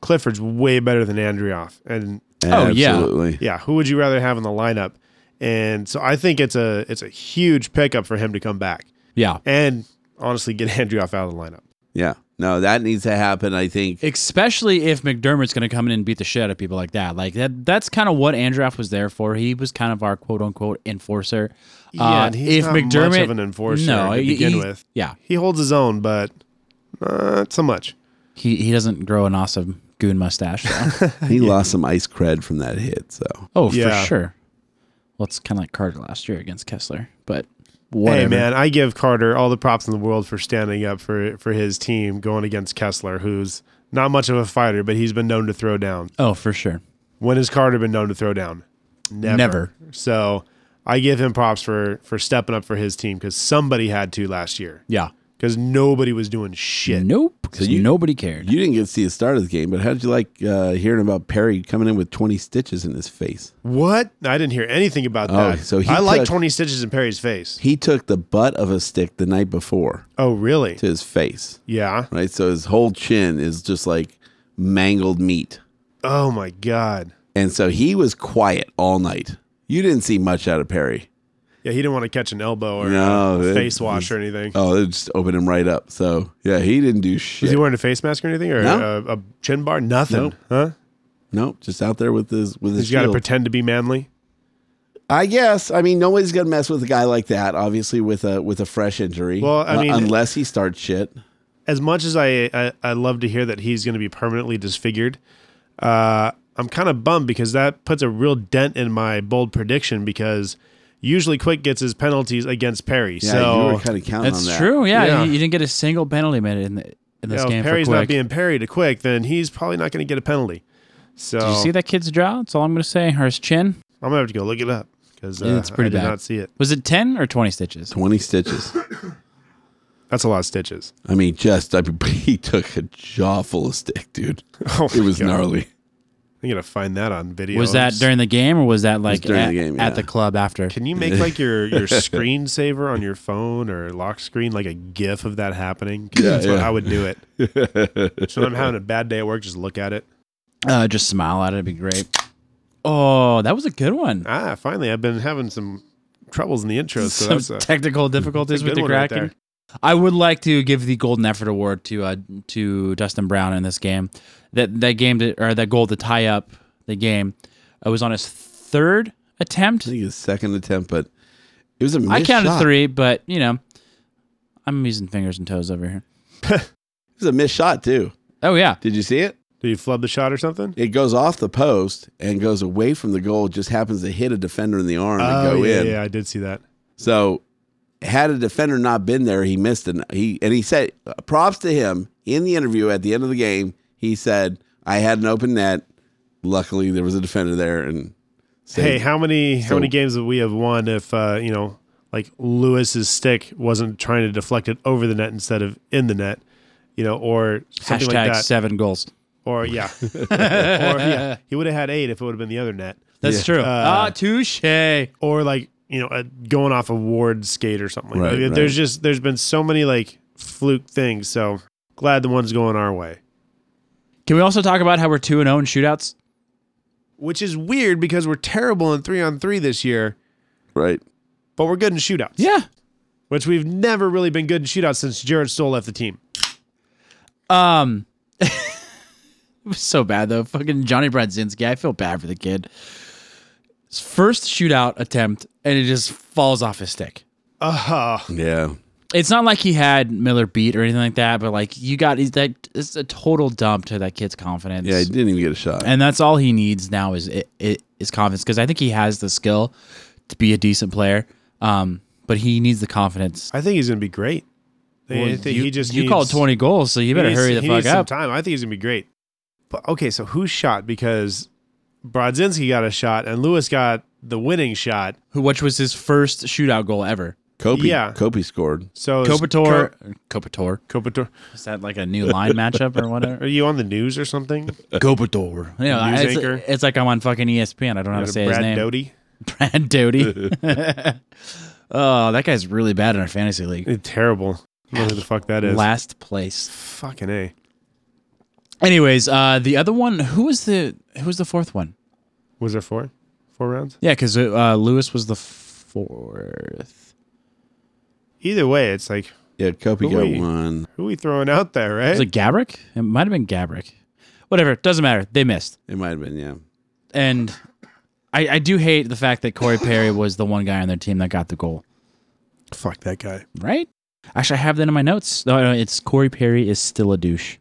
Speaker 1: Clifford's way better than Andrioff, and
Speaker 3: Oh, yeah.
Speaker 2: Absolutely.
Speaker 1: yeah, who would you rather have in the lineup? and so I think it's a it's a huge pickup for him to come back
Speaker 3: Yeah.
Speaker 1: and honestly get Andrioff out of the lineup.
Speaker 2: Yeah. No, that needs to happen. I think.
Speaker 3: Especially if McDermott's going to come in and beat the shit out of people like that. Like that that's kind of what Androff was there for. He was kind of our quote unquote enforcer. Uh,
Speaker 1: Yeah, and he's not much of an enforcer to
Speaker 3: he-
Speaker 1: begin
Speaker 3: he-
Speaker 1: with.
Speaker 3: Yeah.
Speaker 1: He holds his own, but not so much.
Speaker 3: He he doesn't grow an awesome goon mustache. so.
Speaker 2: He lost some ice cred from that hit. So
Speaker 3: oh,
Speaker 1: Yeah.
Speaker 3: for sure. Well, it's kind of like Carter last year against Kessler, but whatever.
Speaker 1: Hey man, I give Carter all the props in the world for standing up for for his team going against Kessler, who's not much of a fighter, but he's been known to throw down.
Speaker 3: Oh, for sure.
Speaker 1: When has Carter been known to throw down? Never.
Speaker 3: Never.
Speaker 1: So I give him props for for stepping up for his team because somebody had to last year
Speaker 3: Yeah.
Speaker 1: because nobody was doing shit.
Speaker 3: Nope. Because nobody cared.
Speaker 2: you didn't get to see the start of the game, but how did you like uh, hearing about Perry coming in with 20 stitches in his face?
Speaker 1: What? I didn't hear anything about
Speaker 2: Oh,
Speaker 1: that.
Speaker 2: so he
Speaker 1: I like
Speaker 2: took-
Speaker 1: twenty stitches in Perry's face.
Speaker 2: He took the butt of a stick the night before
Speaker 1: Oh really?
Speaker 2: to his face,
Speaker 1: Yeah.
Speaker 2: right? So his whole chin is just like mangled meat.
Speaker 1: Oh my god.
Speaker 2: And so he was quiet all night. You didn't see much out of Perry.
Speaker 1: Yeah, he didn't want to catch an elbow or
Speaker 2: No,
Speaker 1: a
Speaker 2: it-
Speaker 1: face wash or anything.
Speaker 2: Oh, they just opened him right up. So yeah, he didn't do
Speaker 1: Was
Speaker 2: shit.
Speaker 1: he wearing a face mask or anything, or
Speaker 2: No.
Speaker 1: a, a chin bar? Nothing,
Speaker 2: Nope.
Speaker 1: huh?
Speaker 2: nope, just out there with his with his.
Speaker 1: He's got to
Speaker 2: shield.
Speaker 1: pretend to be manly.
Speaker 2: I guess. I mean, nobody's gonna mess with a guy like that. Obviously, with a with a fresh injury.
Speaker 1: Well, I
Speaker 2: Uh,
Speaker 1: mean-
Speaker 2: unless he starts shit.
Speaker 1: As much as I, I, I love to hear that he's going to be permanently disfigured, uh, I'm kind of bummed because that puts a real dent in my bold prediction. Because usually, Quick gets his penalties against Perry,
Speaker 2: Yeah, you
Speaker 1: so
Speaker 2: were kind of counting on
Speaker 3: That's
Speaker 2: that.
Speaker 3: true. Yeah,
Speaker 1: Yeah.
Speaker 3: You, you didn't get a single penalty minute in the in
Speaker 1: you
Speaker 3: this
Speaker 1: know,
Speaker 3: game.
Speaker 1: if Perry's
Speaker 3: for
Speaker 1: not
Speaker 3: quick.
Speaker 1: being Perry to Quick, then he's probably not going to get a penalty. So
Speaker 3: Did you see that kid's jaw? That's all I'm going to say. Or his chin.
Speaker 1: I'm gonna have to go look it up because uh,
Speaker 3: it's pretty
Speaker 1: I did
Speaker 3: bad.
Speaker 1: not see it.
Speaker 3: Was it ten or twenty stitches?
Speaker 2: Twenty stitches.
Speaker 1: That's a lot of stitches.
Speaker 2: I mean, just I mean, he took a jaw full of stick, dude. it was
Speaker 1: Oh God.
Speaker 2: gnarly.
Speaker 1: I'm gonna find that on video.
Speaker 3: Was that during the game or was that like
Speaker 2: during
Speaker 3: at,
Speaker 2: the game,
Speaker 3: at
Speaker 2: yeah.
Speaker 3: the club after?
Speaker 1: Can you make like your your screensaver on your phone or lock screen like a GIF of that happening? 'Cause that's what
Speaker 2: yeah.
Speaker 1: I would do it. so when I'm having a bad day at work, just look at it.
Speaker 3: Uh, just smile at it. It'd be great. Oh, that was a good one.
Speaker 1: Ah, finally, I've been having some troubles in the intro, so
Speaker 3: Some
Speaker 1: that's a,
Speaker 3: technical difficulties
Speaker 1: good
Speaker 3: with the
Speaker 1: one right
Speaker 3: cracking. I would like to give the golden effort award to uh, to Dustin Brown in this game. That that game to, or that goal to tie up the game. It was on his third attempt.
Speaker 2: I think his second attempt, but it was a missed
Speaker 3: I counted
Speaker 2: shot.
Speaker 3: three, but you know, I'm using fingers and toes over here.
Speaker 2: It was a missed shot too.
Speaker 3: Oh yeah,
Speaker 2: Did you see it?
Speaker 1: Did you flub the shot or something?
Speaker 2: It goes off the post and goes away from the goal. Just happens to hit a defender in the arm and go
Speaker 1: Oh, yeah,
Speaker 2: in.
Speaker 1: yeah, I did see that.
Speaker 2: So, had a defender not been there, he missed an he and he said props to him in the interview at the end of the game. He said, "I had an open net. Luckily, there was a defender there." And
Speaker 1: Hey,
Speaker 2: saved."
Speaker 1: how many how
Speaker 2: so-
Speaker 1: many games would we have won if uh, you know like Lewis's stick wasn't trying to deflect it over the net instead of in the net, you know, or something
Speaker 3: hashtag
Speaker 1: like that.
Speaker 3: seven goals.
Speaker 1: Or yeah, or yeah, he would have had eight if it would have been the other net.
Speaker 3: That's true. Ah,
Speaker 1: Uh,
Speaker 3: touche.
Speaker 1: or like you know a, going off a ward skate or something like
Speaker 2: Right,
Speaker 1: that.
Speaker 2: right.
Speaker 1: There's just there's been so many like fluke things. So glad the one's going our way,
Speaker 3: Can we also talk about how we're two and zero in shootouts?
Speaker 1: which is weird because we're terrible in three on three this year,
Speaker 2: right?
Speaker 1: but we're good in shootouts.
Speaker 3: Yeah.
Speaker 1: which we've never really been good in shootouts since Jared Stoll left the team.
Speaker 3: Um, it was so bad though. Fucking Johnny Brzezinski. I feel bad for the kid. His first shootout attempt, and it just falls off his stick.
Speaker 1: Uh-huh.
Speaker 2: Yeah,
Speaker 3: It's not like he had Miller beat or anything like that, but like you got he's that it's a total dump to that kid's confidence.
Speaker 2: yeah. He didn't even get a shot.
Speaker 3: and that's all he needs now is it, it is confidence because I think he has the skill to be a decent player, um, but he needs the confidence.
Speaker 1: I think he's gonna be great. I
Speaker 3: Well,
Speaker 1: think
Speaker 3: you,
Speaker 1: he just
Speaker 3: you
Speaker 1: needs-
Speaker 3: called twenty goals, so you better
Speaker 1: He needs-
Speaker 3: hurry the
Speaker 1: he
Speaker 3: fuck
Speaker 1: needs
Speaker 3: up.
Speaker 1: Some time. I think he's gonna be great. But okay, so who shot? Because Brodzinski got a shot and Lewis got the winning shot.
Speaker 3: Who, which was his first shootout goal ever.
Speaker 2: Kobe,
Speaker 1: yeah.
Speaker 2: Kobe scored.
Speaker 1: So it was
Speaker 3: Kopitar, Kopitar.
Speaker 1: Co- Kopitar.
Speaker 3: Is that like a new line matchup or
Speaker 1: Are
Speaker 3: whatever?
Speaker 1: you on the news or something?
Speaker 3: Kopitar. You know,
Speaker 1: News
Speaker 3: it's,
Speaker 1: anchor.
Speaker 3: it's like I'm on fucking E ESPN. I don't know how to say his
Speaker 1: Brad
Speaker 3: name.
Speaker 1: Doty.
Speaker 3: Brad Doty. oh, that guy's really bad in our fantasy league.
Speaker 1: Terrible. I don't know who the fuck that is.
Speaker 3: Last place.
Speaker 1: Fucking A.
Speaker 3: Anyways, uh, the other one, who was the who was the fourth one?
Speaker 1: Was there four? Four rounds.
Speaker 3: Yeah, because uh, Lewis was the fourth.
Speaker 1: Either way, it's like
Speaker 2: Yeah, Kopi
Speaker 1: Who
Speaker 2: got
Speaker 1: we-
Speaker 2: one.
Speaker 1: who we throwing out there, right?
Speaker 3: Was it Gabrick? It might have been Gabrick. Whatever, doesn't matter. They missed,
Speaker 2: It might have been, yeah.
Speaker 3: and I, I do hate the fact that Corey Perry was the one guy on their team that got the goal.
Speaker 1: Fuck that guy.
Speaker 3: Right? Actually, I have that in my notes. Oh, No, no, it's Corey Perry is still a douche.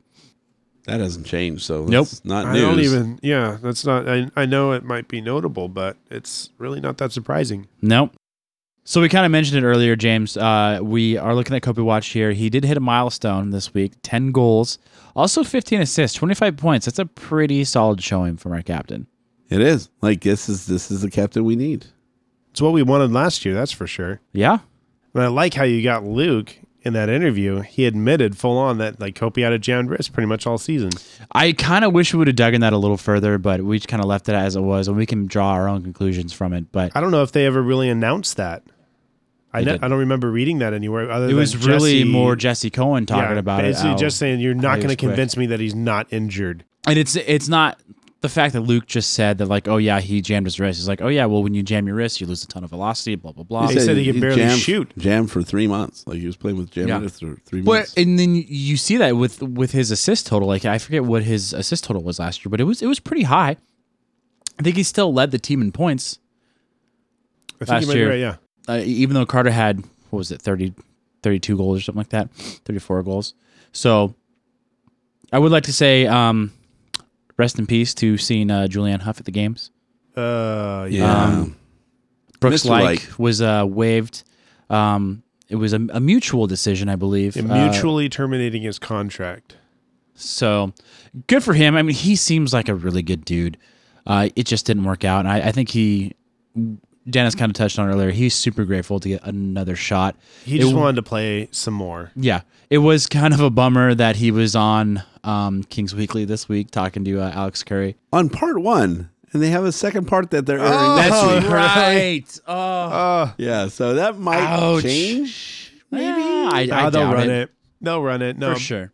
Speaker 2: That hasn't changed, so
Speaker 3: Nope.
Speaker 2: that's not
Speaker 1: I
Speaker 2: news.
Speaker 1: don't even. Yeah, that's not. I, I know it might be notable, but it's really not that surprising.
Speaker 3: Nope. So we kind of mentioned it earlier, James. Uh, we are looking at Kobe Watch here. He did hit a milestone this week: ten goals, also fifteen assists, twenty-five points. That's a pretty solid showing from our captain.
Speaker 2: It is. Like this is this is the captain we need.
Speaker 1: It's what we wanted last year, that's for sure.
Speaker 3: Yeah,
Speaker 1: And I like how you got Luke in that interview. He admitted full on that like Kopi had a jammed wrist pretty much all season.
Speaker 3: I kind of wish we would have dug in that a little further, but we just kind of left it as it was, and we can draw our own conclusions from it. But
Speaker 1: I don't know if they ever really announced that. I,
Speaker 3: They
Speaker 1: ne-
Speaker 3: didn't.
Speaker 1: I don't remember reading that anywhere. Other
Speaker 3: it was
Speaker 1: than
Speaker 3: really
Speaker 1: Jesse-
Speaker 3: more Jesse Cohen
Speaker 1: Yeah,
Speaker 3: talking about it.
Speaker 1: basically
Speaker 3: how-
Speaker 1: just saying you're
Speaker 3: how
Speaker 1: not
Speaker 3: he
Speaker 1: going
Speaker 3: was
Speaker 1: to
Speaker 3: quick.
Speaker 1: convince me that he's not injured.
Speaker 3: And it's it's not the fact that Luke just said that like, oh yeah, he jammed his wrist. He's like, oh yeah, well when you jam your wrist, you lose a ton of velocity, blah blah blah.
Speaker 1: He said he could barely shoot.
Speaker 2: Jammed for three months. Like he was playing with jam
Speaker 3: Yeah.
Speaker 2: wrist for three
Speaker 3: But
Speaker 2: months.
Speaker 3: and then you see that with with his assist total. Like I forget what his assist total was last year, but it was it was pretty high. I think he still led the team in points,
Speaker 1: I think
Speaker 3: Last
Speaker 1: you might be
Speaker 3: year.
Speaker 1: right, yeah.
Speaker 3: uh, even though Carter had what was it 30, 32 goals or something like that, thirty four goals. So I would like to say um, rest in peace to seeing uh, Julianne Huff at the games.
Speaker 1: Uh, yeah.
Speaker 2: yeah.
Speaker 3: um, Brooks
Speaker 2: Mr.
Speaker 3: like
Speaker 2: Like.
Speaker 3: was uh, waived. Um, it was a, a mutual decision, I believe.
Speaker 1: And
Speaker 3: Uh,
Speaker 1: mutually terminating his contract.
Speaker 3: So good for him. I mean, he seems like a really good dude. Uh, it just didn't work out. And I, I think he, Dennis kind of touched on it earlier, he's super grateful to get another shot.
Speaker 1: He
Speaker 3: It
Speaker 1: just
Speaker 3: w-
Speaker 1: wanted to play some more.
Speaker 3: Yeah. It was kind of a bummer that he was on um, Kings Weekly this week talking to uh, Alex Curry.
Speaker 2: on part one, and they have a second part that they're airing next
Speaker 1: Oh,
Speaker 2: week.
Speaker 1: right.
Speaker 3: Oh,
Speaker 1: Uh,
Speaker 2: Yeah, so that might
Speaker 3: Ouch.
Speaker 2: change.
Speaker 3: maybe. I, I
Speaker 1: nah, they'll
Speaker 3: doubt
Speaker 1: run
Speaker 3: it.
Speaker 1: it. Um, They'll run it. No,
Speaker 3: For sure.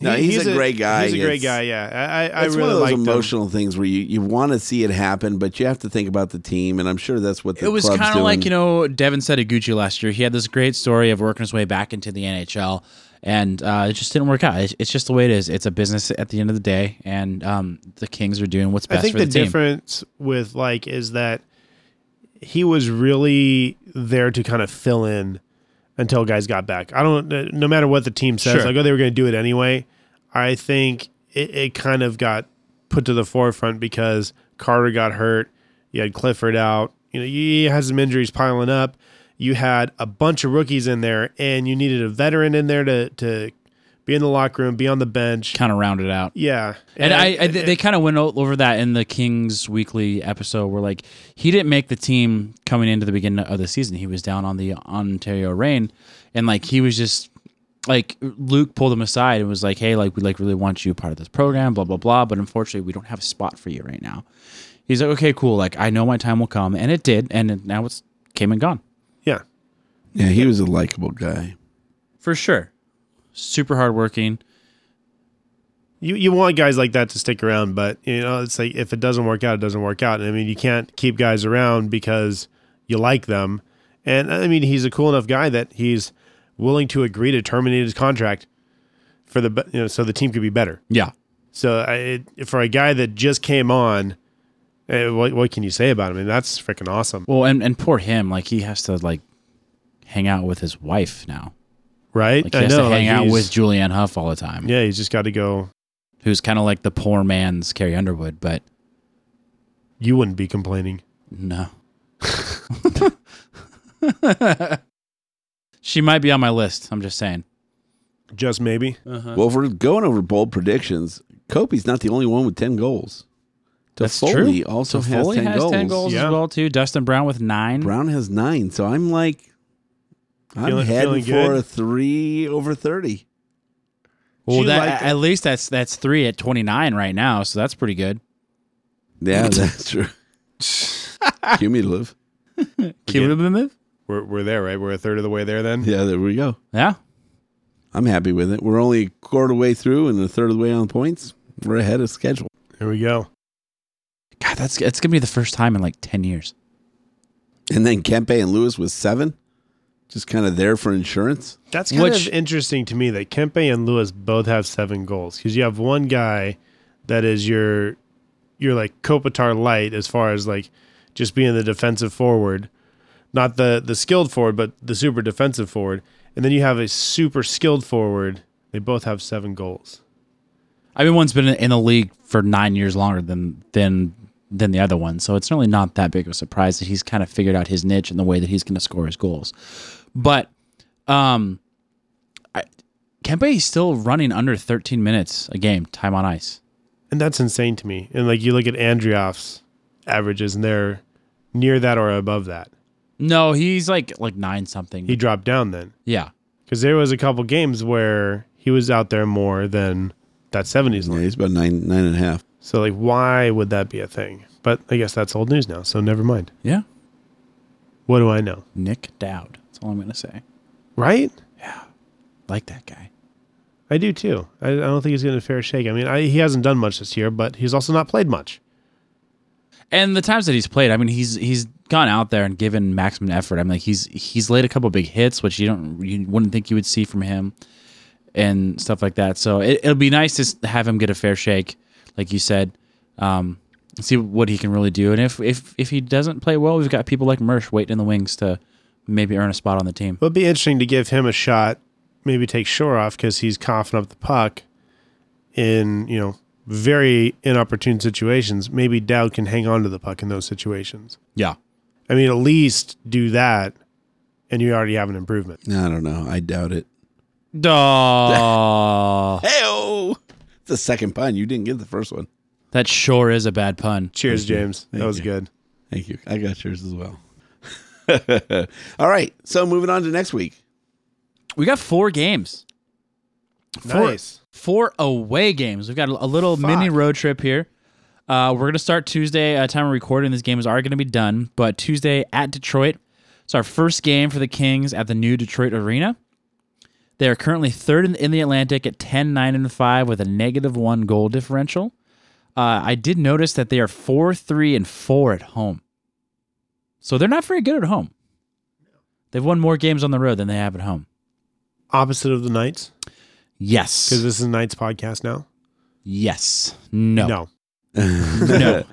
Speaker 2: No, he's a great guy.
Speaker 1: He's a
Speaker 2: It's-
Speaker 1: great guy. Yeah, I, I, I
Speaker 2: it's
Speaker 1: really
Speaker 2: one
Speaker 1: like
Speaker 2: of those emotional things where you, you want to see it happen, but you have to think about the team, and I'm sure that's what the
Speaker 3: it was
Speaker 2: club's
Speaker 3: kind of
Speaker 2: doing.
Speaker 3: like you know Devin said Gucci last year. He had this great story of working his way back into the NHL, and uh, it just didn't work out. It's, it's just the way it is. It's a business at the end of the day, and um, the Kings are doing what's best
Speaker 1: I think
Speaker 3: for the,
Speaker 1: the,
Speaker 3: team.
Speaker 1: difference with like is that he was really there to kind of fill in until guys got back. I don't. uh, No matter what the team says,
Speaker 3: Sure.
Speaker 1: like oh they were going to do it anyway. I think it, it kind of got put to the forefront because Carter got hurt. You had Clifford out. You know you had some injuries piling up. You had a bunch of rookies in there, and you needed a veteran in there to to be in the locker room, be on the bench.
Speaker 3: Kind of rounded out.
Speaker 1: Yeah,
Speaker 3: And I, I they kind of went o- over that in the Kings Weekly episode, where like he didn't make the team coming into the beginning of the season. He was down on the Ontario Reign, and like he was just like Luke pulled him aside and was like, "Hey, like we like really want you part of this program, blah blah blah." But unfortunately, we don't have a spot for you right now. He's like, "Okay, cool. Like I know my time will come, and it did, and it- now it's came and gone
Speaker 1: yeah.
Speaker 2: yeah, he was a likable guy.
Speaker 3: for sure. Super hardworking.
Speaker 1: you you want guys like that to stick around, but you know it's like if it doesn't work out, it doesn't work out. And I mean, you can't keep guys around because you like them. And I mean, he's a cool enough guy that he's willing to agree to terminate his contract for the be- you know so the team could be better.
Speaker 3: Yeah,
Speaker 1: So I, it, for a guy that just came on, eh, what what can you say about him? I mean, that's freaking awesome,
Speaker 3: Well, and and poor him. Like he has to like hang out with his wife now.
Speaker 1: right?
Speaker 3: Like he has to
Speaker 1: like,
Speaker 3: hang out
Speaker 1: he's-
Speaker 3: with Julianne Huff all the time,
Speaker 1: Yeah, he's just got to go.
Speaker 3: who's kind of like the poor man's Carrie Underwood, but
Speaker 1: You wouldn't be complaining.
Speaker 3: no. she might be on my list. I'm just saying.
Speaker 1: Just maybe.
Speaker 3: Uh-huh.
Speaker 2: Well, if we're going over bold predictions, Kopi's not the only one with ten goals.
Speaker 3: That's
Speaker 2: Toffoli
Speaker 3: true.
Speaker 2: also has
Speaker 3: Toffoli
Speaker 2: 10
Speaker 3: has ten
Speaker 2: goals.
Speaker 3: goals
Speaker 1: Yeah.
Speaker 3: as well too. Dustin Brown with nine.
Speaker 2: Brown has nine, so I'm like, I'm
Speaker 1: Feeling-
Speaker 2: heading
Speaker 1: feeling
Speaker 2: for
Speaker 1: good?
Speaker 2: a three over thirty.
Speaker 3: Well,
Speaker 1: She
Speaker 3: that,
Speaker 1: liked it.
Speaker 3: at least that's that's three at 29 right now, so that's pretty good.
Speaker 2: Yeah, that's true. Cumulative.
Speaker 3: Cumulative?
Speaker 1: We're we're there, right? We're a third of the way there. Then
Speaker 2: Yeah, there we go.
Speaker 3: Yeah.
Speaker 2: I'm happy with it. We're only a quarter way through and a third of the way on points. We're ahead of schedule.
Speaker 1: here we go.
Speaker 3: God, that's it's gonna be the first time in like ten years.
Speaker 2: And then Kempe and Lewis was seven, just kind of there for insurance.
Speaker 1: That's kind
Speaker 3: Which-
Speaker 1: of interesting to me that Kempe and Lewis both have seven goals because you have one guy that is your your like Kopitar light as far as like just being the defensive forward, not the the skilled forward, but the super defensive forward, and then you have a super skilled forward. They both have seven goals.
Speaker 3: I mean, one's been in the league for nine years longer than than than the other one, so it's really not that big of a surprise that he's kind of figured out his niche and the way that he's going to score his goals. But um, I, Kempe is still running under 13 minutes a game time on ice.
Speaker 1: And that's insane to me. And like you look at Andrioff's averages and they're near that or above that.
Speaker 3: No, he's like like nine something.
Speaker 1: He dropped down then.
Speaker 3: yeah,
Speaker 1: Because there was a couple games where he was out there more than that seventies
Speaker 2: Yeah,
Speaker 1: line.
Speaker 2: he's about nine, nine and a half.
Speaker 1: So like why would that be a thing? But I guess that's old news now, so never mind.
Speaker 3: yeah.
Speaker 1: What do I know?
Speaker 3: Nick Dowd. That's all I'm going to say.
Speaker 1: Right?
Speaker 3: Like that guy.
Speaker 1: I do too. I, I don't think he's getting a fair shake. I mean, I, he hasn't done much this year, but he's also not played much.
Speaker 3: And the times that he's played, I mean, he's he's gone out there and given maximum effort. I mean, like he's he's laid a couple big hits, which you don't you wouldn't think you would see from him, and stuff like that. So it, it'll be nice to s- have him get a fair shake, like you said, um, and see what he can really do. And if if if he doesn't play well, we've got people like Mersh waiting in the wings to maybe earn a spot on the team.
Speaker 1: But it'd be interesting to give him a shot, maybe take Shore off because he's coughing up the puck in, you know, very inopportune situations. Maybe Dowd can hang on to the puck in those situations.
Speaker 3: Yeah,
Speaker 1: I mean, at least do that, and you already have an improvement.
Speaker 2: No, I don't know. I doubt it.
Speaker 3: Duh.
Speaker 2: Hey, the second pun. You didn't get the first one.
Speaker 3: that sure is a bad pun.
Speaker 1: Cheers, James. That was
Speaker 2: you.
Speaker 1: good.
Speaker 2: Thank you. I got yours as well. All right. So moving on to next week.
Speaker 3: We got four games.
Speaker 1: Nice.
Speaker 3: four away games. We've got a a little mini road trip here. Uh, we're gonna start Tuesday. Uh, time of recording these games are gonna be done, but Tuesday at Detroit. It's our first game for the Kings at the new Detroit Arena. They are currently third in, in the Atlantic at 10, 9, and 5 with a negative one goal differential. Uh, I did notice that they are 4, 3, and 4 at home. So they're not very good at home. They've won more games on the road than they have at home.
Speaker 1: Opposite of the Knights,
Speaker 3: Yes.
Speaker 1: because this is a Knights podcast now.
Speaker 3: yes.
Speaker 1: No.
Speaker 3: No.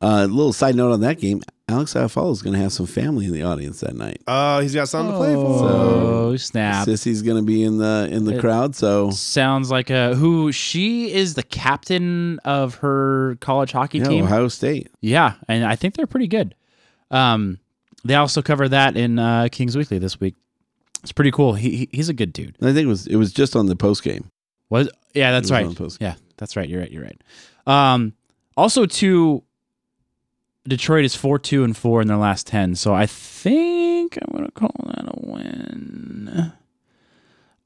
Speaker 2: A little side note on that game. Alex Iafallo is going to have some family in the audience that night.
Speaker 1: Oh, he's got something to play for.
Speaker 3: Oh snap!
Speaker 2: Sissy's going to be in the in the
Speaker 3: It-
Speaker 2: crowd. So
Speaker 3: Sounds like a who? She is the captain of her college hockey
Speaker 2: yeah,
Speaker 3: team.
Speaker 2: Ohio State.
Speaker 3: yeah, and I think they're pretty good. Um, they also cover that in uh, Kings Weekly this week. It's pretty cool. He, he he's a good dude.
Speaker 2: I think it was it was just on the post game.
Speaker 3: Was yeah, that's
Speaker 2: was
Speaker 3: right.
Speaker 2: on post.
Speaker 3: Yeah, that's right. You're right. You're right. Um, also, to Detroit is four two and four in their last ten. So I think I'm gonna call that a win.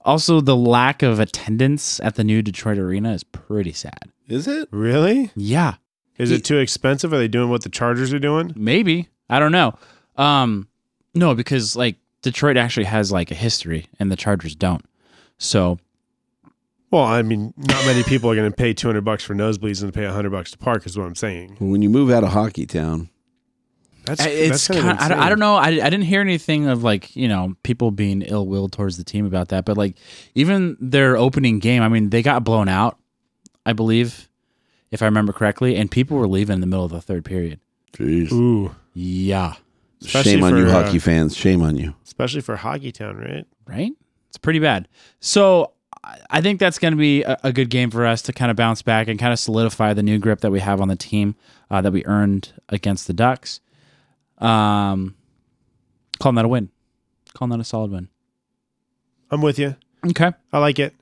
Speaker 3: Also, the lack of attendance at the new Detroit arena is pretty sad.
Speaker 2: Is it?
Speaker 1: Really?
Speaker 3: Yeah,
Speaker 1: Is it too expensive? Are they doing what the Chargers are doing?
Speaker 3: maybe I don't know. Um, no, because like Detroit actually has like a history, and the Chargers don't. So
Speaker 1: Well, I mean, not many people are going to pay 200 bucks for nosebleeds and pay 100 bucks to park, is what I'm saying.
Speaker 2: When you move out of hockey town,
Speaker 1: That's,
Speaker 3: I- it's
Speaker 1: that's kind of
Speaker 3: kind I, don't know. I, I didn't hear anything of like you know people being ill willed towards the team about that, but like even their opening game, I mean they got blown out, I believe, if I remember correctly, and people were leaving in the middle of the third period.
Speaker 2: jeez,
Speaker 1: Ooh,
Speaker 3: Yeah,
Speaker 1: Especially
Speaker 2: shame on you,
Speaker 1: for, uh,
Speaker 2: hockey fans. Shame on you.
Speaker 1: especially for Hockey Town, right?
Speaker 3: right? It's pretty bad. So I- I think that's going to be a, a good game for us to kind of bounce back and kind of solidify the new grip that we have on the team uh, that we earned against the Ducks. Um, calling that a win, calling that a solid win.
Speaker 1: I'm with you.
Speaker 3: Okay.
Speaker 1: I like it.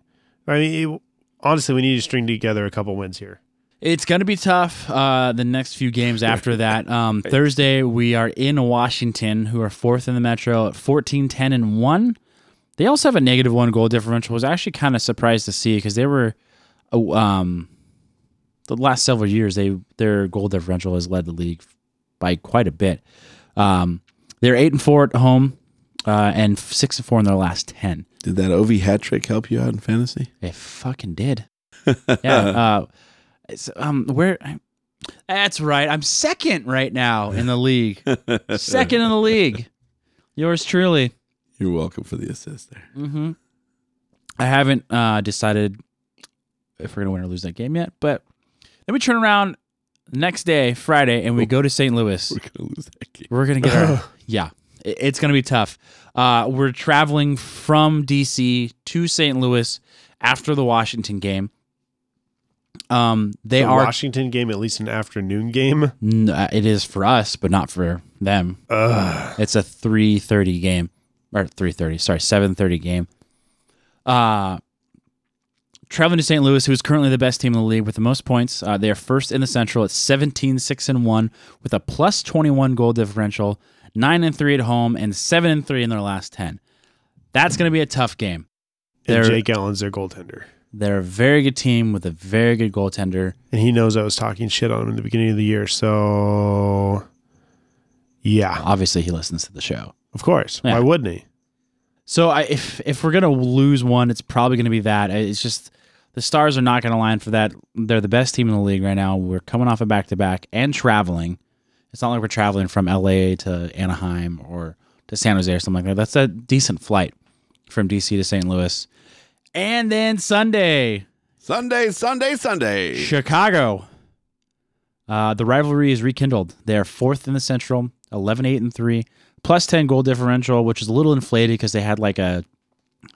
Speaker 1: I mean, it- honestly, we need to string together a couple wins here.
Speaker 3: It's going to be tough. Uh, the next few games after that. Um, Thursday we are in Washington, who are fourth in the Metro at 14, 10, and one. They also have a negative one goal differential. I was actually kind of surprised to see because they were, uh, um, the last several years they their goal differential has led the league by quite a bit. Um, they're eight and four at home, uh, and f- six and four in their last ten.
Speaker 2: Did that Ovi hat trick help you out in fantasy?
Speaker 3: It fucking did. yeah. Uh, it's, um, where I, That's right. I'm second right now in the league. second in the league. Yours truly.
Speaker 2: You're welcome for the assist there.
Speaker 3: I haven't uh, decided if we're gonna win or lose that game yet, but then we turn around next day, Friday, and we go to St. Louis.
Speaker 2: We're gonna lose that game.
Speaker 3: We're gonna get our yeah. It- It's gonna be tough. Uh, we're traveling from DC to St. Louis after the Washington game. Um, they
Speaker 1: The
Speaker 3: are
Speaker 1: Washington game, at least an afternoon game.
Speaker 3: n- uh, it is for us, but not for them. It's a three thirty game or three thirty. Sorry, seven thirty game. Uh traveling to St. Louis, who is currently the best team in the league with the most points. Uh, they are first in the Central at 17, 6 and 1 with a plus 21 goal differential, 9 and 3 at home and 7 and 3 in their last 10. That's going to be a tough game. They're
Speaker 1: And Jake Allen's their goaltender.
Speaker 3: they're a very good team with a very good goaltender.
Speaker 1: And he knows I was talking shit on him in the beginning of the year. So, yeah,
Speaker 3: Obviously, he listens to the show.
Speaker 1: of course.
Speaker 3: Yeah.
Speaker 1: Why wouldn't he?
Speaker 3: So I, if if we're gonna lose one, it's probably gonna be that. It's just the stars are not gonna line for that. They're the best team in the league right now. We're coming off a back to back and traveling. It's not like we're traveling from LA to Anaheim or to San Jose or something like that. That's a decent flight from DC to St. Louis. And then Sunday,
Speaker 2: Sunday, Sunday, Sunday.
Speaker 3: Chicago. Uh, the rivalry is rekindled. They are fourth in the Central, 11 8 and 3, plus 10 goal differential, which is a little inflated because they had like a,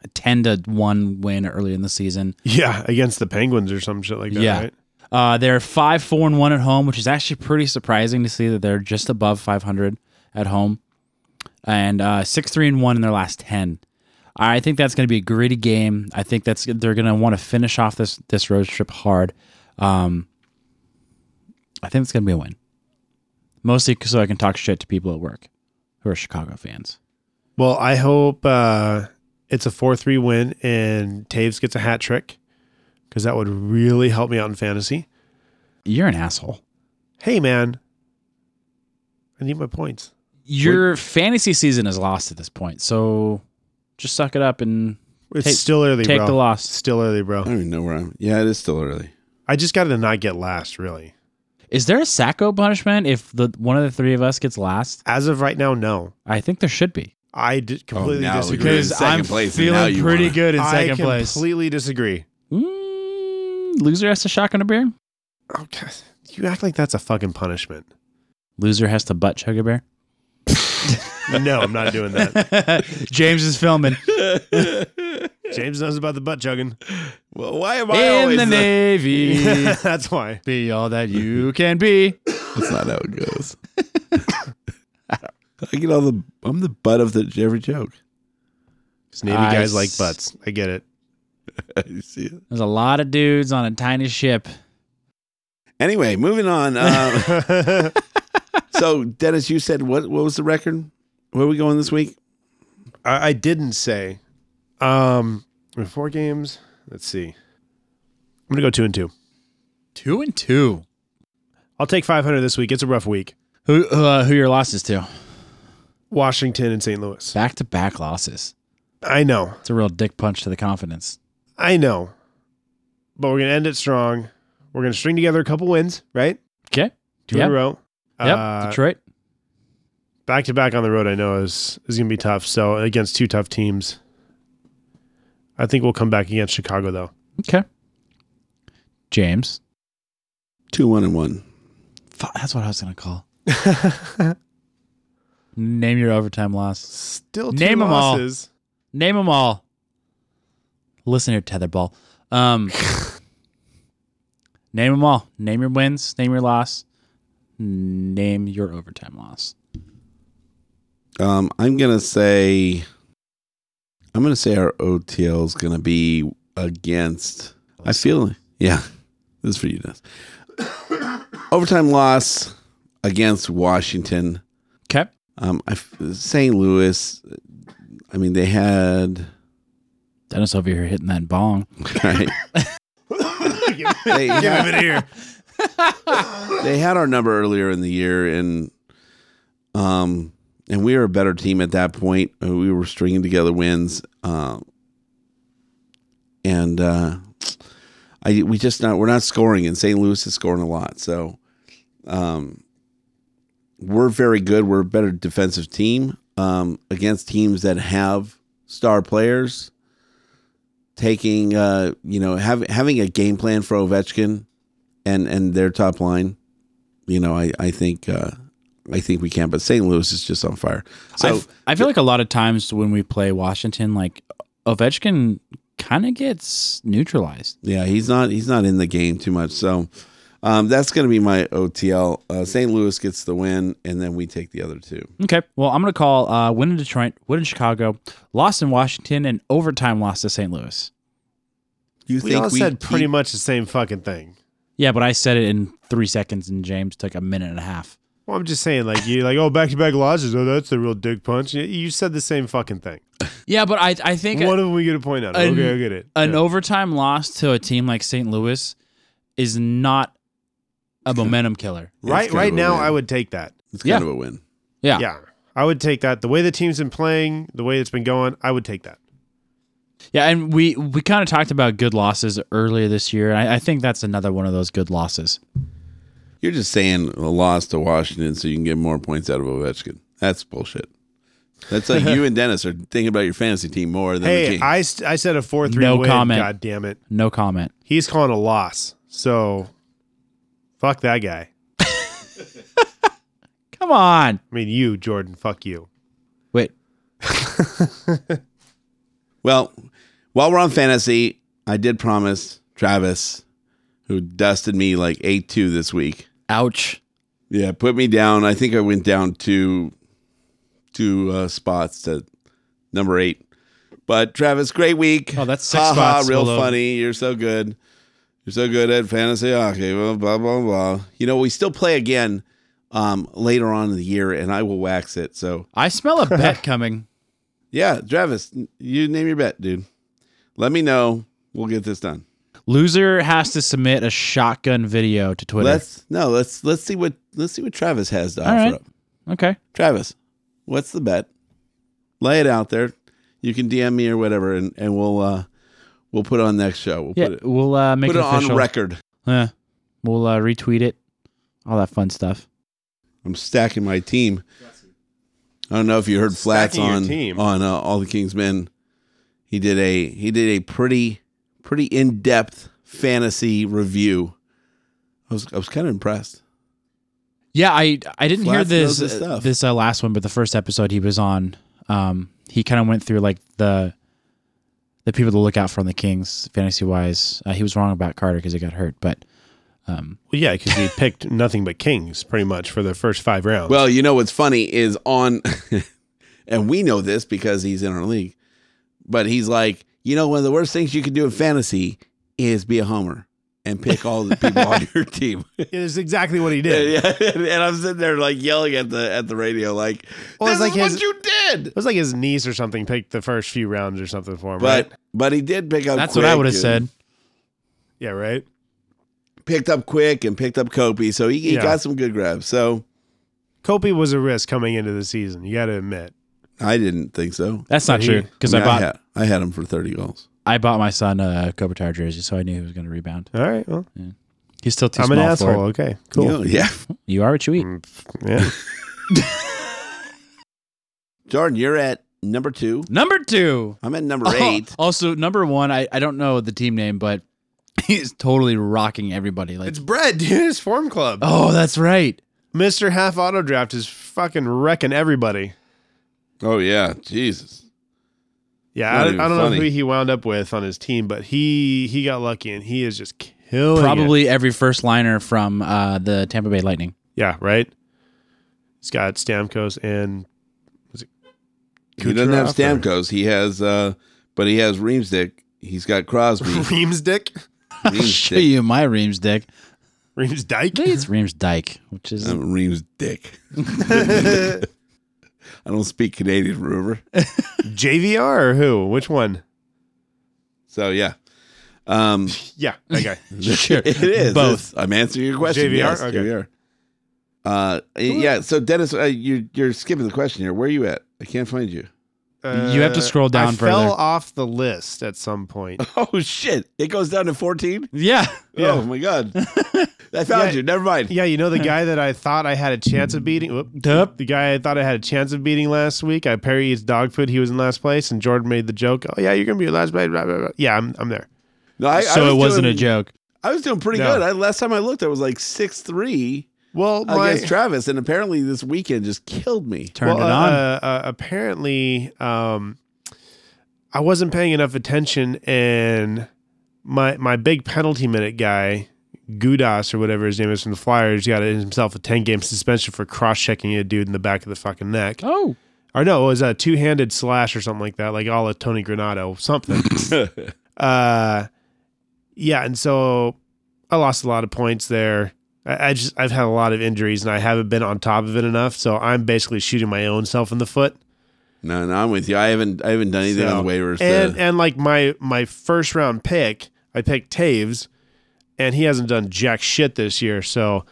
Speaker 3: a 10 to 1 win early in the season.
Speaker 1: Yeah, against the Penguins or some shit like that,
Speaker 3: Yeah.
Speaker 1: right?
Speaker 3: Uh, they're 5 4 and 1 at home, which is actually pretty surprising to see that they're just above 500 at home, and uh, 6 3 and 1 in their last 10. I think that's going to be a gritty game. I think that's they're going to want to finish off this this road trip hard. Um, I think it's going to be a win, mostly 'cause so I can talk shit to people at work who are Chicago fans.
Speaker 1: Well, I hope uh, it's a 4 3 win and Taves gets a hat trick because that would really help me out in fantasy.
Speaker 3: You're an asshole.
Speaker 1: Hey, man, I need my points.
Speaker 3: Your fantasy season is lost at this point, so just suck it up and
Speaker 1: It's
Speaker 3: Take-
Speaker 1: still early,
Speaker 3: take
Speaker 1: bro.
Speaker 3: the loss.
Speaker 1: Still early,
Speaker 2: I
Speaker 1: bro.
Speaker 2: don't even know where I'm. Yeah, it is still early.
Speaker 1: I just got to not get last, really.
Speaker 3: Is there a sacco punishment if the one of the three of us gets last?
Speaker 1: As of right now, no.
Speaker 3: I think there should be.
Speaker 1: I di- completely
Speaker 2: now
Speaker 1: disagree.
Speaker 2: you're in Because second I'm place and feeling now you pretty wanna-
Speaker 3: good
Speaker 1: I completely disagree.
Speaker 3: Mm, loser has to shotgun a beer.
Speaker 1: Oh, God. You act like that's a fucking punishment.
Speaker 3: Loser has to butt chug a beer.
Speaker 1: No, I'm not doing that.
Speaker 3: James is filming.
Speaker 1: James knows about the butt chugging.
Speaker 2: Well, why am I
Speaker 3: In
Speaker 2: always
Speaker 3: the Navy,
Speaker 1: that's why.
Speaker 3: be all that you can be.
Speaker 2: That's not how it goes. I get all the. I'm the butt of the every joke.
Speaker 1: Navy
Speaker 3: I
Speaker 1: guys like
Speaker 3: s-
Speaker 1: butts. I get it.
Speaker 2: you see it.
Speaker 3: There's a lot of dudes on a tiny ship.
Speaker 2: Anyway, moving on. Um,
Speaker 1: I
Speaker 2: so, Dennis, you said what? What was the record? Where are we going this week?
Speaker 1: I didn't say. Um, we have four games. Let's see. I'm gonna go two and two.
Speaker 3: Two and two.
Speaker 1: I'll take 500 this week. It's a rough week.
Speaker 3: Who uh, who your losses to?
Speaker 1: Washington and St. Louis.
Speaker 3: Back to back losses.
Speaker 1: I know.
Speaker 3: It's a real dick punch to the confidence.
Speaker 1: I know. But we're gonna end it strong. We're gonna string together a couple wins, right?
Speaker 3: Okay.
Speaker 1: Two
Speaker 3: yep.
Speaker 1: in a row.
Speaker 3: Yep.
Speaker 1: Uh,
Speaker 3: Detroit.
Speaker 1: back to back on the road, I know is is gonna be tough. So against two tough teams, I think we'll come back against Chicago though.
Speaker 3: Okay. James.
Speaker 2: Two, one, and one.
Speaker 3: Fuck, that's what I was gonna call. Name your overtime loss.
Speaker 1: Still
Speaker 3: two Name 'em all. Name them all. Listen here, tetherball. Um, name them all. Name your wins. Name your loss. Name your overtime loss.
Speaker 2: Um, I'm gonna say. I'm gonna say our OTL is gonna be against. I feel. Yeah, this is for you, Dennis. Overtime loss against Washington.
Speaker 3: Okay.
Speaker 2: Um, I, St. Louis. I mean, they had.
Speaker 3: Dennis over here hitting that bong.
Speaker 2: Right. they, had,
Speaker 1: here.
Speaker 2: they had our number earlier in the year, and um, and we were a better team at that point. Uh, We were stringing together wins, um, and uh, I we just not we're not scoring, and St. Louis is scoring a lot, so we're very good. We're a better defensive team um, against teams that have star players. Taking, uh, you know, have, having a game plan for Ovechkin and and their top line, you know, I I think uh, I think we can. But St. Louis is just on fire.
Speaker 3: I
Speaker 2: So
Speaker 3: f- I feel like a lot of times when we play Washington, like Ovechkin kind of gets neutralized.
Speaker 2: Yeah, he's not he's not in the game too much. So um, that's going to be my OTL. Uh, St. Louis gets the win, and then we take the other two.
Speaker 3: Okay, well, I'm gonna call uh, win in Detroit, win in Chicago, lost in Washington, and overtime loss to St. Louis.
Speaker 2: You
Speaker 1: We all said pretty
Speaker 2: keep-
Speaker 1: much the same fucking thing.
Speaker 3: Yeah, but I said it in three seconds, and James took a minute and a half.
Speaker 1: Well, I'm just saying, like you, like oh, back to back losses. Oh, that's a real dick punch. You- You said the same fucking thing.
Speaker 3: Yeah, but I I think
Speaker 1: What do we get a point out?
Speaker 3: an-
Speaker 1: of? Okay, I get it.
Speaker 3: an
Speaker 1: Yeah.
Speaker 3: overtime loss to a team like St. Louis is not a momentum killer.
Speaker 2: Yeah,
Speaker 1: right,
Speaker 2: it's kind
Speaker 1: right
Speaker 2: of a
Speaker 1: now,
Speaker 2: win.
Speaker 1: I would take that.
Speaker 2: It's kind of
Speaker 3: Yeah.
Speaker 2: a win.
Speaker 3: Yeah. yeah,
Speaker 1: Yeah, I would take that. The way the team's been playing, the way it's been going, I would take that.
Speaker 3: and we we kind of talked about good losses earlier this year. I, I think that's another one of those good losses.
Speaker 2: You're just saying a loss to Washington so you can get more points out of Ovechkin. That's bullshit. That's like you and Dennis are thinking about your fantasy team more than the
Speaker 1: Hey,
Speaker 2: team.
Speaker 1: I, st- I said a four three
Speaker 3: No
Speaker 1: win.
Speaker 3: comment.
Speaker 1: God damn it,
Speaker 3: No comment.
Speaker 1: he's calling a loss. So, fuck that guy.
Speaker 3: Come on.
Speaker 1: I mean, you, Jordan. Fuck you.
Speaker 3: Wait.
Speaker 2: well, while we're on fantasy, I did promise Travis, who dusted me like eight two this week.
Speaker 3: Ouch.
Speaker 2: Yeah, put me down. I think I went down to two uh, spots to number eight. But Travis, great week.
Speaker 3: Oh, that's six spots
Speaker 2: real
Speaker 3: below.
Speaker 2: funny. You're so good. You're so good at fantasy hockey. Blah blah blah blah. You know, we still play again um, later on in the year, and I will wax it. So
Speaker 3: I smell a bet coming.
Speaker 2: yeah, Travis, n- you name your bet, dude. Let me know. We'll get this done.
Speaker 3: Loser has to submit a shotgun video to Twitter.
Speaker 2: Let's no. Let's let's see what let's see what Travis has to
Speaker 3: All
Speaker 2: offer
Speaker 3: right.
Speaker 2: up.
Speaker 3: okay.
Speaker 2: Travis, what's the bet? Lay it out there. You can DM me or whatever, and, and we'll uh, we'll put it on next show. We'll
Speaker 3: Yeah,
Speaker 2: put it,
Speaker 3: we'll uh, make
Speaker 2: put
Speaker 3: it
Speaker 2: it on
Speaker 3: official.
Speaker 2: record.
Speaker 3: Yeah. We'll uh, retweet it. All that fun stuff.
Speaker 2: I'm stacking my team. I don't know if you heard Flats
Speaker 1: Stacking your
Speaker 2: on
Speaker 1: team.
Speaker 2: on uh, All the King's Men. He did a he did a pretty pretty in depth fantasy review. I was I was kind of impressed.
Speaker 3: Yeah, I I didn't
Speaker 2: Flats
Speaker 3: hear
Speaker 2: knows
Speaker 3: this
Speaker 2: his
Speaker 3: uh,
Speaker 2: stuff.
Speaker 3: this uh, last one, but the first episode he was on, um, he kind of went through like the the people to look out for on the Kings fantasy wise. Uh, he was wrong about Carter because he got hurt, but
Speaker 1: Well, yeah, because he picked nothing but kings pretty much for the first five rounds.
Speaker 2: Well, you know what's funny is on, and we know this because he's in our league, but he's like, you know, one of the worst things you can do in fantasy is be a homer and pick all the people on your team.
Speaker 1: it is exactly what he did.
Speaker 2: Yeah, and I'm sitting there like yelling at the at the radio, like,
Speaker 1: Well,
Speaker 2: this
Speaker 1: it's
Speaker 2: is
Speaker 1: like
Speaker 2: what
Speaker 1: his-
Speaker 2: you did.
Speaker 1: It was like his niece or something picked the first few rounds or something for him,
Speaker 2: But
Speaker 1: right?
Speaker 2: but he did pick up.
Speaker 3: that's what I
Speaker 2: quick
Speaker 3: would have
Speaker 2: and
Speaker 3: said.
Speaker 1: Yeah, right.
Speaker 2: Picked up quick and picked up Kopi, so he, he
Speaker 1: Yeah.
Speaker 2: got some good grabs. So
Speaker 1: Kopi was a risk coming into the season. You got to admit.
Speaker 2: I didn't think so.
Speaker 3: That's not
Speaker 1: But
Speaker 3: true
Speaker 1: he-
Speaker 3: because
Speaker 2: mean,
Speaker 3: I bought
Speaker 2: had, I had him for thirty goals.
Speaker 3: I bought my son a Kopitar jersey, so I knew he was going to rebound.
Speaker 1: All right. Well,
Speaker 3: He's still too
Speaker 1: I'm an
Speaker 3: small
Speaker 1: asshole.
Speaker 3: for it.
Speaker 1: Okay. Cool.
Speaker 2: You know, yeah.
Speaker 3: You are what you eat.
Speaker 1: Yeah.
Speaker 2: Jordan, you're at number two.
Speaker 3: Number two.
Speaker 2: I'm at number eight.
Speaker 3: Also, number one, I, I don't know the team name, but he's totally rocking everybody. Like,
Speaker 1: Brett, dude. It's Form Club.
Speaker 3: oh, that's right.
Speaker 1: Mr. Half Auto Draft is fucking wrecking everybody.
Speaker 2: Oh yeah, Jesus.
Speaker 1: Yeah,
Speaker 2: Not
Speaker 1: I, I
Speaker 2: even
Speaker 1: don't know
Speaker 2: funny.
Speaker 1: who he wound up with on his team, but he he got lucky and he is just killing. it.
Speaker 3: Probably every first liner from uh, the Tampa Bay Lightning.
Speaker 1: Yeah. Right. He's got Stamkos and
Speaker 2: he doesn't have
Speaker 1: Kucherov
Speaker 2: Stamkos. He has, uh but he has Reamsdick. He's got Crosby.
Speaker 1: Reams Dick.
Speaker 3: Show
Speaker 2: Reamsdick.
Speaker 3: you my Reams dick.
Speaker 1: Reams Dyke.
Speaker 3: I think it's Reams Dyke, which is
Speaker 2: Uh, Reamsdick. I don't speak Canadian, remember?
Speaker 1: JVR or who? Which one?
Speaker 2: So yeah, um,
Speaker 1: Yeah, that guy.
Speaker 3: sure.
Speaker 2: it is
Speaker 3: both.
Speaker 2: It's- I'm answering your question.
Speaker 1: JVR?
Speaker 2: Yes,
Speaker 1: Okay.
Speaker 2: JVR. Uh, yeah. So Dennis, uh, you you're skipping the question here. Where are you at? I can't find you.
Speaker 3: You have to scroll
Speaker 1: Uh, I
Speaker 3: down
Speaker 1: fell
Speaker 3: further.
Speaker 1: off the list at some point.
Speaker 2: Oh shit! It goes down to fourteen.
Speaker 3: Yeah.
Speaker 2: Oh my god. I found
Speaker 1: Yeah.
Speaker 2: you. Never mind.
Speaker 1: Yeah, you know the guy that I thought I had a chance of beating. Whoop,
Speaker 3: Yep.
Speaker 1: The guy I thought I had a chance of beating last week. I parry his dog food. He was in last place, and Jordan made the joke. Oh yeah, you're gonna be your last place. Blah, blah, blah. Yeah, I'm I'm there.
Speaker 2: No, I, I
Speaker 3: so
Speaker 2: was
Speaker 3: it wasn't
Speaker 2: doing-
Speaker 3: a joke.
Speaker 2: I was doing pretty
Speaker 1: No.
Speaker 2: good. I, last time I looked, I was like six three
Speaker 1: Well, my
Speaker 2: against Travis, and apparently this weekend just killed me.
Speaker 3: Turned
Speaker 1: well,
Speaker 3: it on.
Speaker 1: Uh, uh, apparently, um, I wasn't paying enough attention, and my my big penalty minute guy, Gudas or whatever his name is from the Flyers, got himself a ten game suspension for cross checking a dude in the back of the fucking neck.
Speaker 3: oh,
Speaker 1: or no, it was a two handed slash or something like that, like all of Tony Granado, something. uh, yeah, and so I lost a lot of points there. I, I just I've had a lot of injuries and I haven't been on top of it enough, so I'm basically shooting my own self in the foot.
Speaker 2: No, no, I'm with you. I haven't, I haven't done anything
Speaker 1: So-
Speaker 2: on the waivers.
Speaker 1: and
Speaker 2: to-
Speaker 1: and like my my first round pick, I picked Taves, and he hasn't done jack shit this year. So,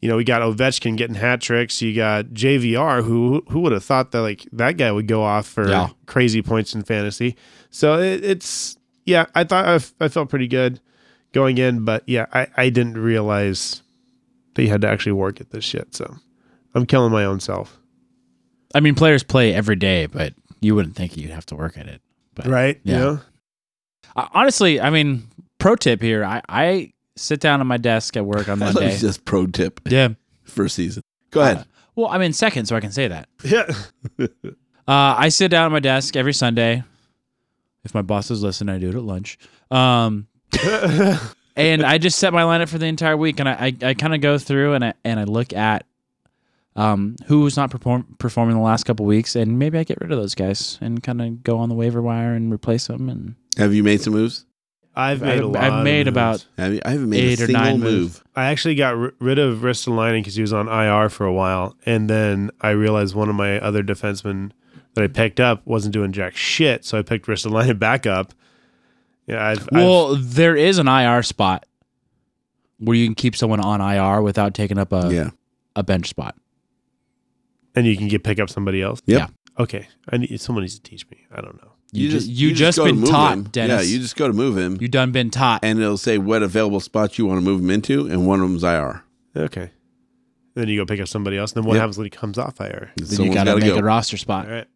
Speaker 1: you know, we got Ovechkin getting hat tricks. You got JVR, who who would have thought that like that guy would go off for
Speaker 3: Yeah.
Speaker 1: crazy points in fantasy. So it, it's yeah, I thought I, f- I felt pretty good going in, but yeah, I I didn't realize that you had to actually work at this shit. So I'm killing my own self.
Speaker 3: I mean, players play every day, but you wouldn't think you'd have to work at it, but
Speaker 1: Right.
Speaker 3: Yeah.
Speaker 1: You know?
Speaker 3: I- honestly, I mean, pro tip here. I, I sit down at my desk at work on
Speaker 2: That
Speaker 3: Monday.
Speaker 2: was just pro tip
Speaker 3: yeah.
Speaker 2: for season. Go ahead.
Speaker 1: Uh,
Speaker 3: Well, I'm in second, so I can say that.
Speaker 1: Yeah.
Speaker 3: Uh, I sit down at my desk every Sunday. If my bosses listen, I do it at lunch. Um, and I just set my lineup for the entire week, and I I, I kind of go through and I and I look at um, who's not perform, performing the last couple weeks, and maybe I get rid of those guys and kind of go on the waiver wire and replace them. And
Speaker 2: Have you made some moves?
Speaker 1: I've made a
Speaker 3: I've-
Speaker 1: lot.
Speaker 3: I've
Speaker 1: of
Speaker 3: made
Speaker 1: moves.
Speaker 3: about
Speaker 2: Have you, I haven't made
Speaker 3: Eight
Speaker 2: a
Speaker 3: or
Speaker 2: single
Speaker 3: nine
Speaker 2: move.
Speaker 3: moves.
Speaker 1: I actually got r- rid of Ristolainen because he was on IR for a while, and then I realized one of my other defensemen that I picked up wasn't doing jack shit, so I picked Ristolainen back up. Yeah, I've,
Speaker 3: well, there is an IR spot where you can keep someone on IR without taking up a
Speaker 2: Yeah.
Speaker 3: a bench spot.
Speaker 1: I've- and you can get pick up somebody else.
Speaker 2: Yep.
Speaker 3: Yeah.
Speaker 1: Okay, I need someone needs to teach me. I don't know.
Speaker 3: You, just, you, just,
Speaker 2: go to
Speaker 3: been
Speaker 2: move
Speaker 3: taught,
Speaker 2: him.
Speaker 3: Dennis.
Speaker 2: Yeah, you just go to move him,
Speaker 3: you done been taught.
Speaker 2: and it'll say what available spots you want to move him into, and one of them's IR.
Speaker 1: Okay, then you go pick up somebody else, and then what
Speaker 2: Yep.
Speaker 1: happens when he comes off IR?
Speaker 3: then you
Speaker 2: Someone's
Speaker 3: gotta,
Speaker 2: gotta
Speaker 3: make
Speaker 2: go.
Speaker 3: a roster
Speaker 1: All
Speaker 3: spot.
Speaker 1: right.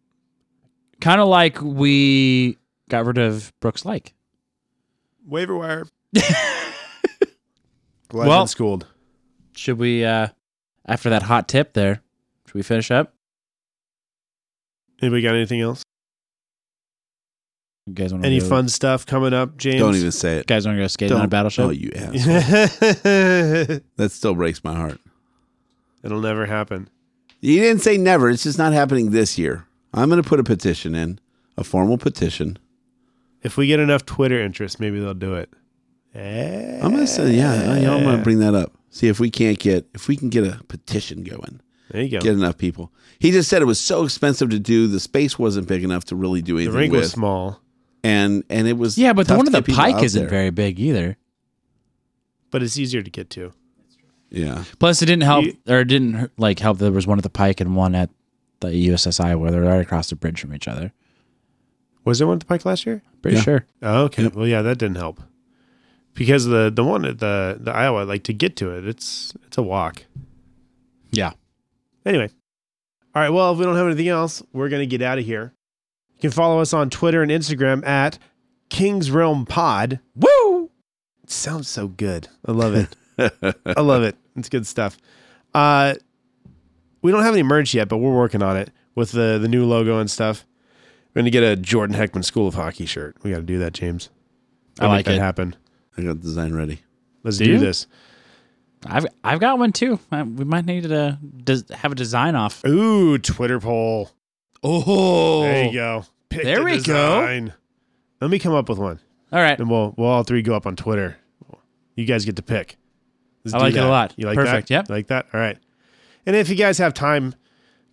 Speaker 3: Kind of like we got rid of Brooks Lake.
Speaker 1: Waiver wire. Glad
Speaker 3: Well-
Speaker 1: well, schooled.
Speaker 3: Should we, uh after that hot tip there, should we finish up?
Speaker 1: Anybody got anything else?
Speaker 3: You guys want
Speaker 1: Any
Speaker 3: go,
Speaker 1: fun stuff coming up, James?
Speaker 2: Don't even say
Speaker 3: You
Speaker 2: it.
Speaker 3: guys want to go skating
Speaker 2: Don't.
Speaker 3: on a battleship?
Speaker 2: Oh, you ass.
Speaker 1: It'll
Speaker 2: That still breaks my heart.
Speaker 1: never happen.
Speaker 2: You didn't say never. It's just not happening this year. I'm going to put a petition in, a formal petition.
Speaker 1: If we get enough Twitter interest, maybe they'll do it. Eh,
Speaker 2: I'm going to say, yeah, you know, I'm going to bring that up. See if we can't get, if we can get a petition going,
Speaker 1: There you go.
Speaker 2: get enough people. He just said it was so expensive to do. The space wasn't big enough to really do
Speaker 1: the
Speaker 2: anything
Speaker 1: rink
Speaker 2: with.
Speaker 1: was small,
Speaker 2: And, and it was.
Speaker 3: yeah, but the
Speaker 2: tough
Speaker 3: one at
Speaker 2: to
Speaker 3: the
Speaker 2: get people
Speaker 3: pike
Speaker 2: out
Speaker 3: isn't
Speaker 2: there.
Speaker 3: very big either.
Speaker 1: but it's easier to get to.
Speaker 2: Yeah.
Speaker 3: Plus, it didn't help,
Speaker 1: You-
Speaker 3: or it didn't like help. There was one at the pike and one at the USS Iowa. They're right across the bridge from each other.
Speaker 1: Was there one at the Pike last year?
Speaker 3: Pretty sure.
Speaker 1: Oh, okay. Well, yeah, that didn't help because the the one at the the Iowa, like to get to it, it's it's a walk.
Speaker 3: Yeah.
Speaker 1: Anyway, all right. Well, if we don't have anything else, we're gonna get out of here. You can follow us on Twitter and Instagram at Kings Realm Pod. Woo! It sounds so good. I love it. I love it. It's good stuff. Uh, we don't have any merch yet, but we're working on it with the the new logo and stuff. We're gonna get a Jordan Heckman School of Hockey shirt. We got to do that, James.
Speaker 3: I
Speaker 1: Make
Speaker 3: like
Speaker 1: that
Speaker 3: it.
Speaker 1: happen.
Speaker 2: I got the design ready.
Speaker 1: Let's
Speaker 3: Do
Speaker 1: do,
Speaker 3: you?
Speaker 1: this.
Speaker 3: I've I've got one too. I, we might need to uh, des- have a design off.
Speaker 1: Ooh, Twitter poll.
Speaker 3: Oh,
Speaker 1: There you go. Pick
Speaker 3: There
Speaker 1: the
Speaker 3: we go.
Speaker 1: design. Let me come up with one,
Speaker 3: All right.
Speaker 1: and we'll we'll all three go up on Twitter. You guys get to pick. Let's
Speaker 3: I
Speaker 1: do
Speaker 3: like it a
Speaker 1: that.
Speaker 3: lot.
Speaker 1: You like
Speaker 3: Perfect.
Speaker 1: that?
Speaker 3: Yep.
Speaker 1: You like that. All right. And if you guys have time,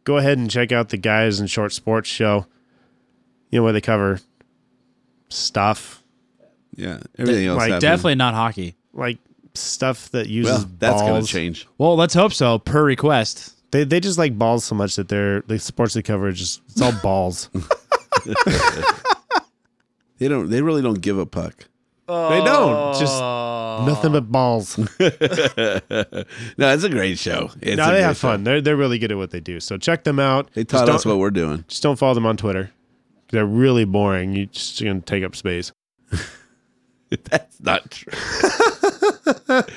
Speaker 1: go ahead and check out the guys in short sports show. You know where they cover stuff
Speaker 2: Yeah. Everything else.
Speaker 1: Like,
Speaker 2: happened.
Speaker 3: Definitely not hockey.
Speaker 1: like stuff that uses
Speaker 2: Well, that's going
Speaker 1: balls.
Speaker 2: to change.
Speaker 3: Well, let's hope so. Per request.
Speaker 1: They they just like balls so much that their the sports they cover is just it's all balls.
Speaker 2: They don't. They really don't give a puck.
Speaker 1: They don't. Just nothing but balls. no,
Speaker 2: no, it's a great show. It's a
Speaker 1: they
Speaker 2: great
Speaker 1: have
Speaker 2: show.
Speaker 1: fun. They're, they're really good at what they do. So check them out.
Speaker 2: They
Speaker 1: just
Speaker 2: taught us
Speaker 1: don't-
Speaker 2: what we're doing.
Speaker 1: Just don't follow them on Twitter. They're really boring. You're just going to take up space.
Speaker 2: That's not true.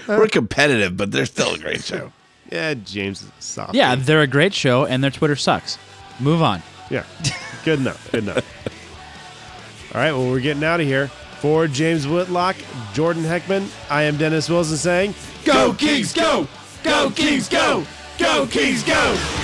Speaker 2: we're competitive, but they're still a great show.
Speaker 1: Yeah, James is soft.
Speaker 3: Yeah, they're a great show, and their Twitter sucks. Move on.
Speaker 1: Yeah. Good enough. Good enough. All right. Well, we're getting out of here. For James Whitlock, Jordan Heckman, I am Dennis Wilson saying, Go Kings, go! Go Kings, go! Go Kings, go!